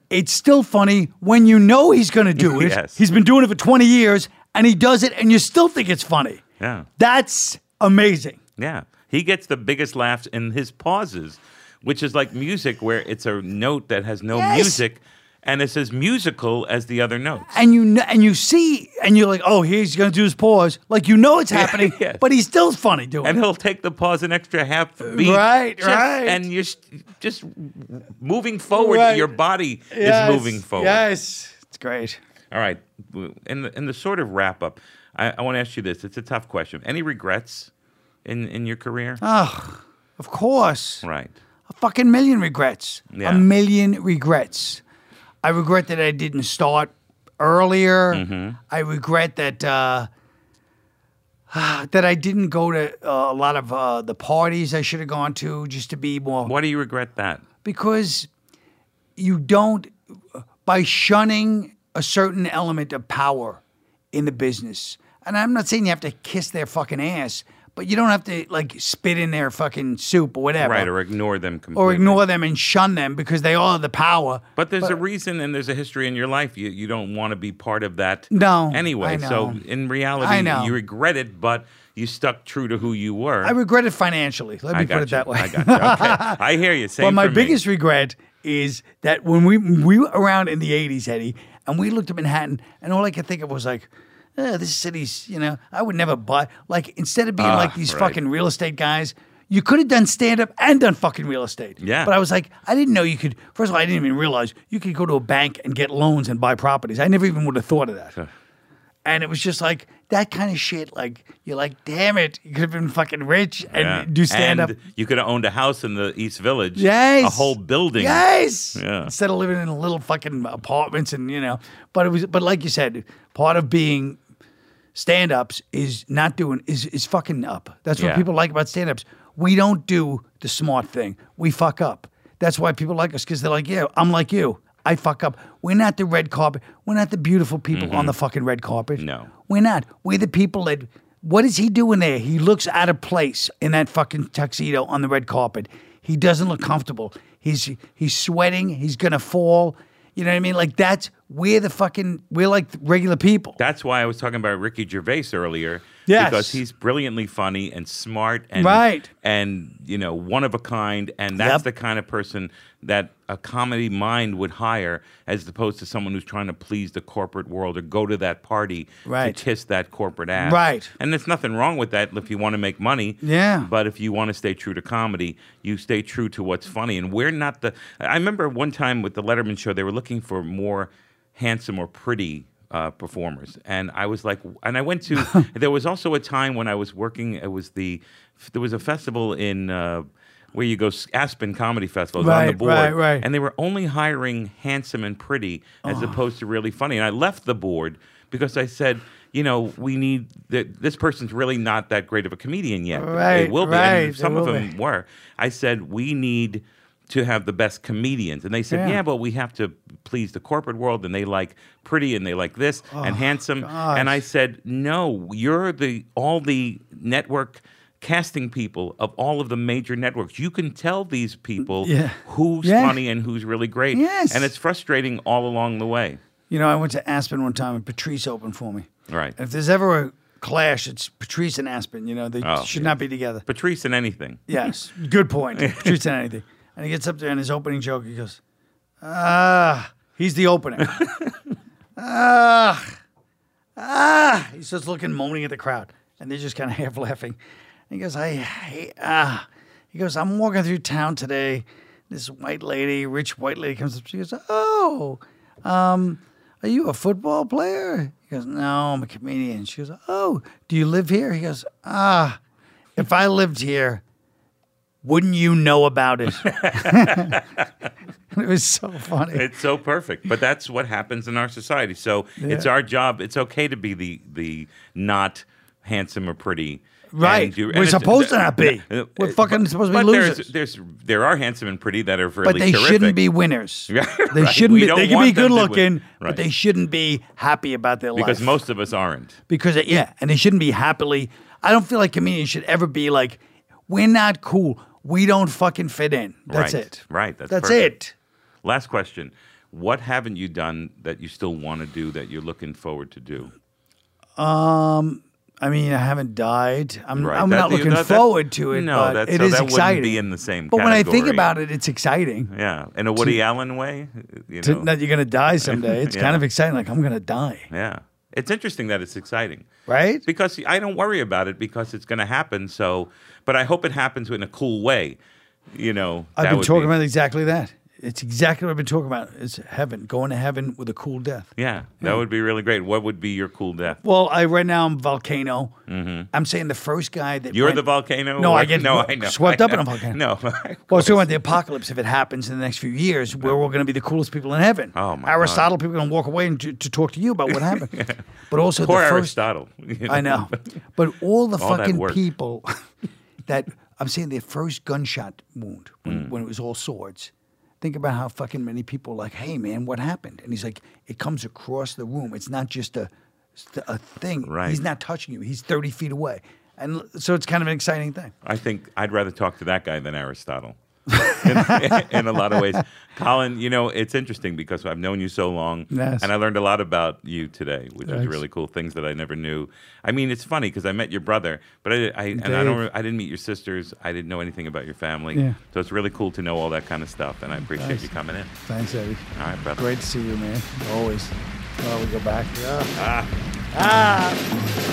it's still funny when you know he's going to do it.
Yes.
He's been doing it for 20 years and he does it and you still think it's funny.
yeah.
That's amazing.
Yeah. He gets the biggest laughs in his pauses, which is like music where it's a note that has no
Yes.
music and it's as musical as the other notes.
And you kn- and you see and you're like, "Oh, he's going to do his pause." Like you know it's happening,
yes.
but he's still funny doing
And
it.
he'll take the pause an extra half beat.
Uh, Right,
just-
right.
And you're s- just moving forward.
Right.
Your body
Yes,
is moving forward.
Yes. It's great.
All right. w- In the, in the sort of wrap up, I, I want to ask you this. It's a tough question. Any regrets in, in your career?
Oh, of course.
right.
a fucking million regrets.
Yeah.
A million regrets. I regret that I didn't start earlier.
Mm-hmm.
I regret that uh, that I didn't go to uh, a lot of uh, the parties I should have gone to just to be more
Why do you regret that?
because you don't by shunning a certain element of power in the business. And I'm not saying you have to kiss their fucking ass, but you don't have to like spit in their fucking soup or whatever
Right. Or ignore them completely.
or ignore them and shun them because they all have the power.
But there's a reason and there's a history in your life. You you don't want to be part of that.
No,
Anyway,
I know.
so in reality,
I know.
you regret it, but you stuck true to who you were.
I regret it financially. Let me
I got
put it
you.
that way.
I got you. Okay. I hear you. Same
but my
for me.
biggest regret is that when we we were around in the '80s, Eddie, and we looked at Manhattan, and all I could think of was like, oh, this city's, you know, I would never buy. Like, instead of being
Ah,
like these
right.
fucking real estate guys, you could have done stand up and done fucking real estate.
Yeah.
But I was like, I didn't know you could, first of all, I didn't even realize you could go to a bank and get loans and buy properties. I never even would have thought of that. And it was just like that kind of shit. Like, you're like, damn it, you could have been fucking rich and
Yeah.
do stand up.
And You could have owned a house in the East Village.
Yes.
A whole building.
Yes.
Yeah.
Instead of living in little fucking apartments and you know, but it was but like you said, part of being stand ups is not doing is is fucking up. That's what
Yeah.
people like about stand ups. We don't do the smart thing. We fuck up. That's why people like us because they're like, yeah, I'm like you. I fuck up. We're not the red carpet. We're not the beautiful people
Mm-hmm.
on the fucking red carpet. No. We're not. We're the people that. What is he doing there? He looks out of place in that fucking tuxedo on the red carpet. He doesn't look comfortable. He's he's sweating. He's gonna fall. You know what I mean? Like that's we're the fucking we're like regular people.
That's why I was talking about Ricky Gervais earlier.
Yes.
Because he's brilliantly funny and smart and
Right.
and you know, one of a kind and that's
Yep.
the kind of person that a comedy mind would hire as opposed to someone who's trying to please the corporate world or go to that party
Right.
to kiss that corporate ass.
Right.
And there's nothing wrong with that if you want to make money.
Yeah.
But if you want to stay true to comedy, you stay true to what's funny. And we're not the. I remember one time with the Letterman show, they were looking for more handsome or pretty. Uh, performers and I was like, and I went to. there was also a time when I was working. It was the there was a festival in uh, where you go Aspen Comedy Festival. It was on the
Right,
board,
right, right.
and they were only hiring handsome and pretty as opposed to really funny. And I left the board because I said, you know, we need that. This person's really not that great of a comedian yet. They
Right,
will be.
right,
And some
they
of
will
them
be.
were. I said we need to have the best comedians, and they said, yeah.
Yeah.
but we have to please the corporate world, and they like pretty, and they like this, and
Oh,
handsome.
gosh.
And I said, no, you're the all the network. Casting people of all of the major networks, you can tell these people
Yeah.
who's
Yeah.
funny and who's really great.
Yes.
and it's frustrating all along the way.
You know, I went to Aspen one time and Patrice opened for me.
Right.
If there's ever a clash, it's Patrice and Aspen. You know, they
Oh,
should
yeah.
not be together.
Patrice and anything.
Yes, good point. Patrice and anything. And he gets up there and his opening joke, he goes, ah, he's the opener. ah, ah. He starts looking, moaning at the crowd. And they're just kind of half laughing. And he goes, I hate, ah. He goes, I'm walking through town today. This white lady, rich white lady comes up. She goes, oh, um, are you a football player? He goes, no, I'm a comedian. She goes, oh, do you live here? He goes, ah, if I lived here, wouldn't you know about it? it was so funny.
It's so perfect, but that's what happens in our society. So it's
Yeah.
our job. It's okay to be the the not handsome or pretty.
Right.
And you-
We're
and it's-
supposed to not be.
Uh,
We're
uh,
fucking supposed to be
but
losers.
There's, there's there are handsome and pretty that are really
but they
terrific.
shouldn't be winners.
Yeah,
They
right.
shouldn't
We
be.
don't
They can
want
be
them
good
to win.
looking,
Right.
but they shouldn't be happy about their
because
life.
most of us aren't.
because yeah, and they shouldn't be happily. I don't feel like comedians should ever be like, we're not cool. We don't fucking fit in. That's
right.
it.
Right. That's,
That's
perfect.
it.
Last question. What haven't you done that you still want to do that you're looking forward to do?
Um, I mean, I haven't died. I'm,
Right.
I'm
That-
not looking
that- that-
forward to it.
no,
but
that's-
it
so
is
that wouldn't
exciting.
be in the same
But when I think
category.
about it, it's exciting.
Yeah, in a Woody
To-
Allen way. You
to-
know.
that you're gonna die someday. It's
Yeah.
kind of exciting. Like I'm gonna die,
Yeah. It's interesting that it's exciting.
right?
Because I don't worry about it because it's going to happen. So, but I hope it happens in a cool way. You know,
I've
that
been
would
talking
be-
about exactly that. It's exactly what I've been talking about. It's heaven, going to heaven with a cool death.
Yeah, that would be really great. What would be your cool death?
Well, I right now I'm volcano.
Mhm.
I'm saying the first guy that
You're
went-
the volcano.
No,
or-
I get
no, I know.
swept
I
up in a
know.
volcano.
No,
Well, so the apocalypse, if it happens in the next few years, we're all going to be the coolest people in heaven.
Oh, my God.
Aristotle, people are going to walk away and to, to talk to you about what happened. But also
poor
the first,
Aristotle. you
I know. But all the
All that
fucking
work.
people that I'm saying their first gunshot wound
Mm.
when, when it was all swords. Think about how fucking many people are like, hey man, what happened? And he's like, it comes across the room. It's not just a a thing.
Right.
He's not touching you. He's 30 feet away. And l- so it's kind of an exciting thing.
I think I'd rather talk to that guy than Aristotle. in, in a lot of ways, Colin. You know, it's interesting because I've known you so long,
Yes.
and I learned a lot about you today, which is
Thanks.
really cool. Things that I never knew. I mean, it's funny because I met your brother, but I, I and I
Dave.
don't. re- I didn't meet your sisters. I didn't know anything about your family.
Yeah.
So it's really cool to know all that kind of stuff, and I appreciate
Thanks.
you coming in.
Thanks, Eddie.
All right, brother.
Great to see you, man. Always. Oh, we go back. Yeah.
Ah.
Ah.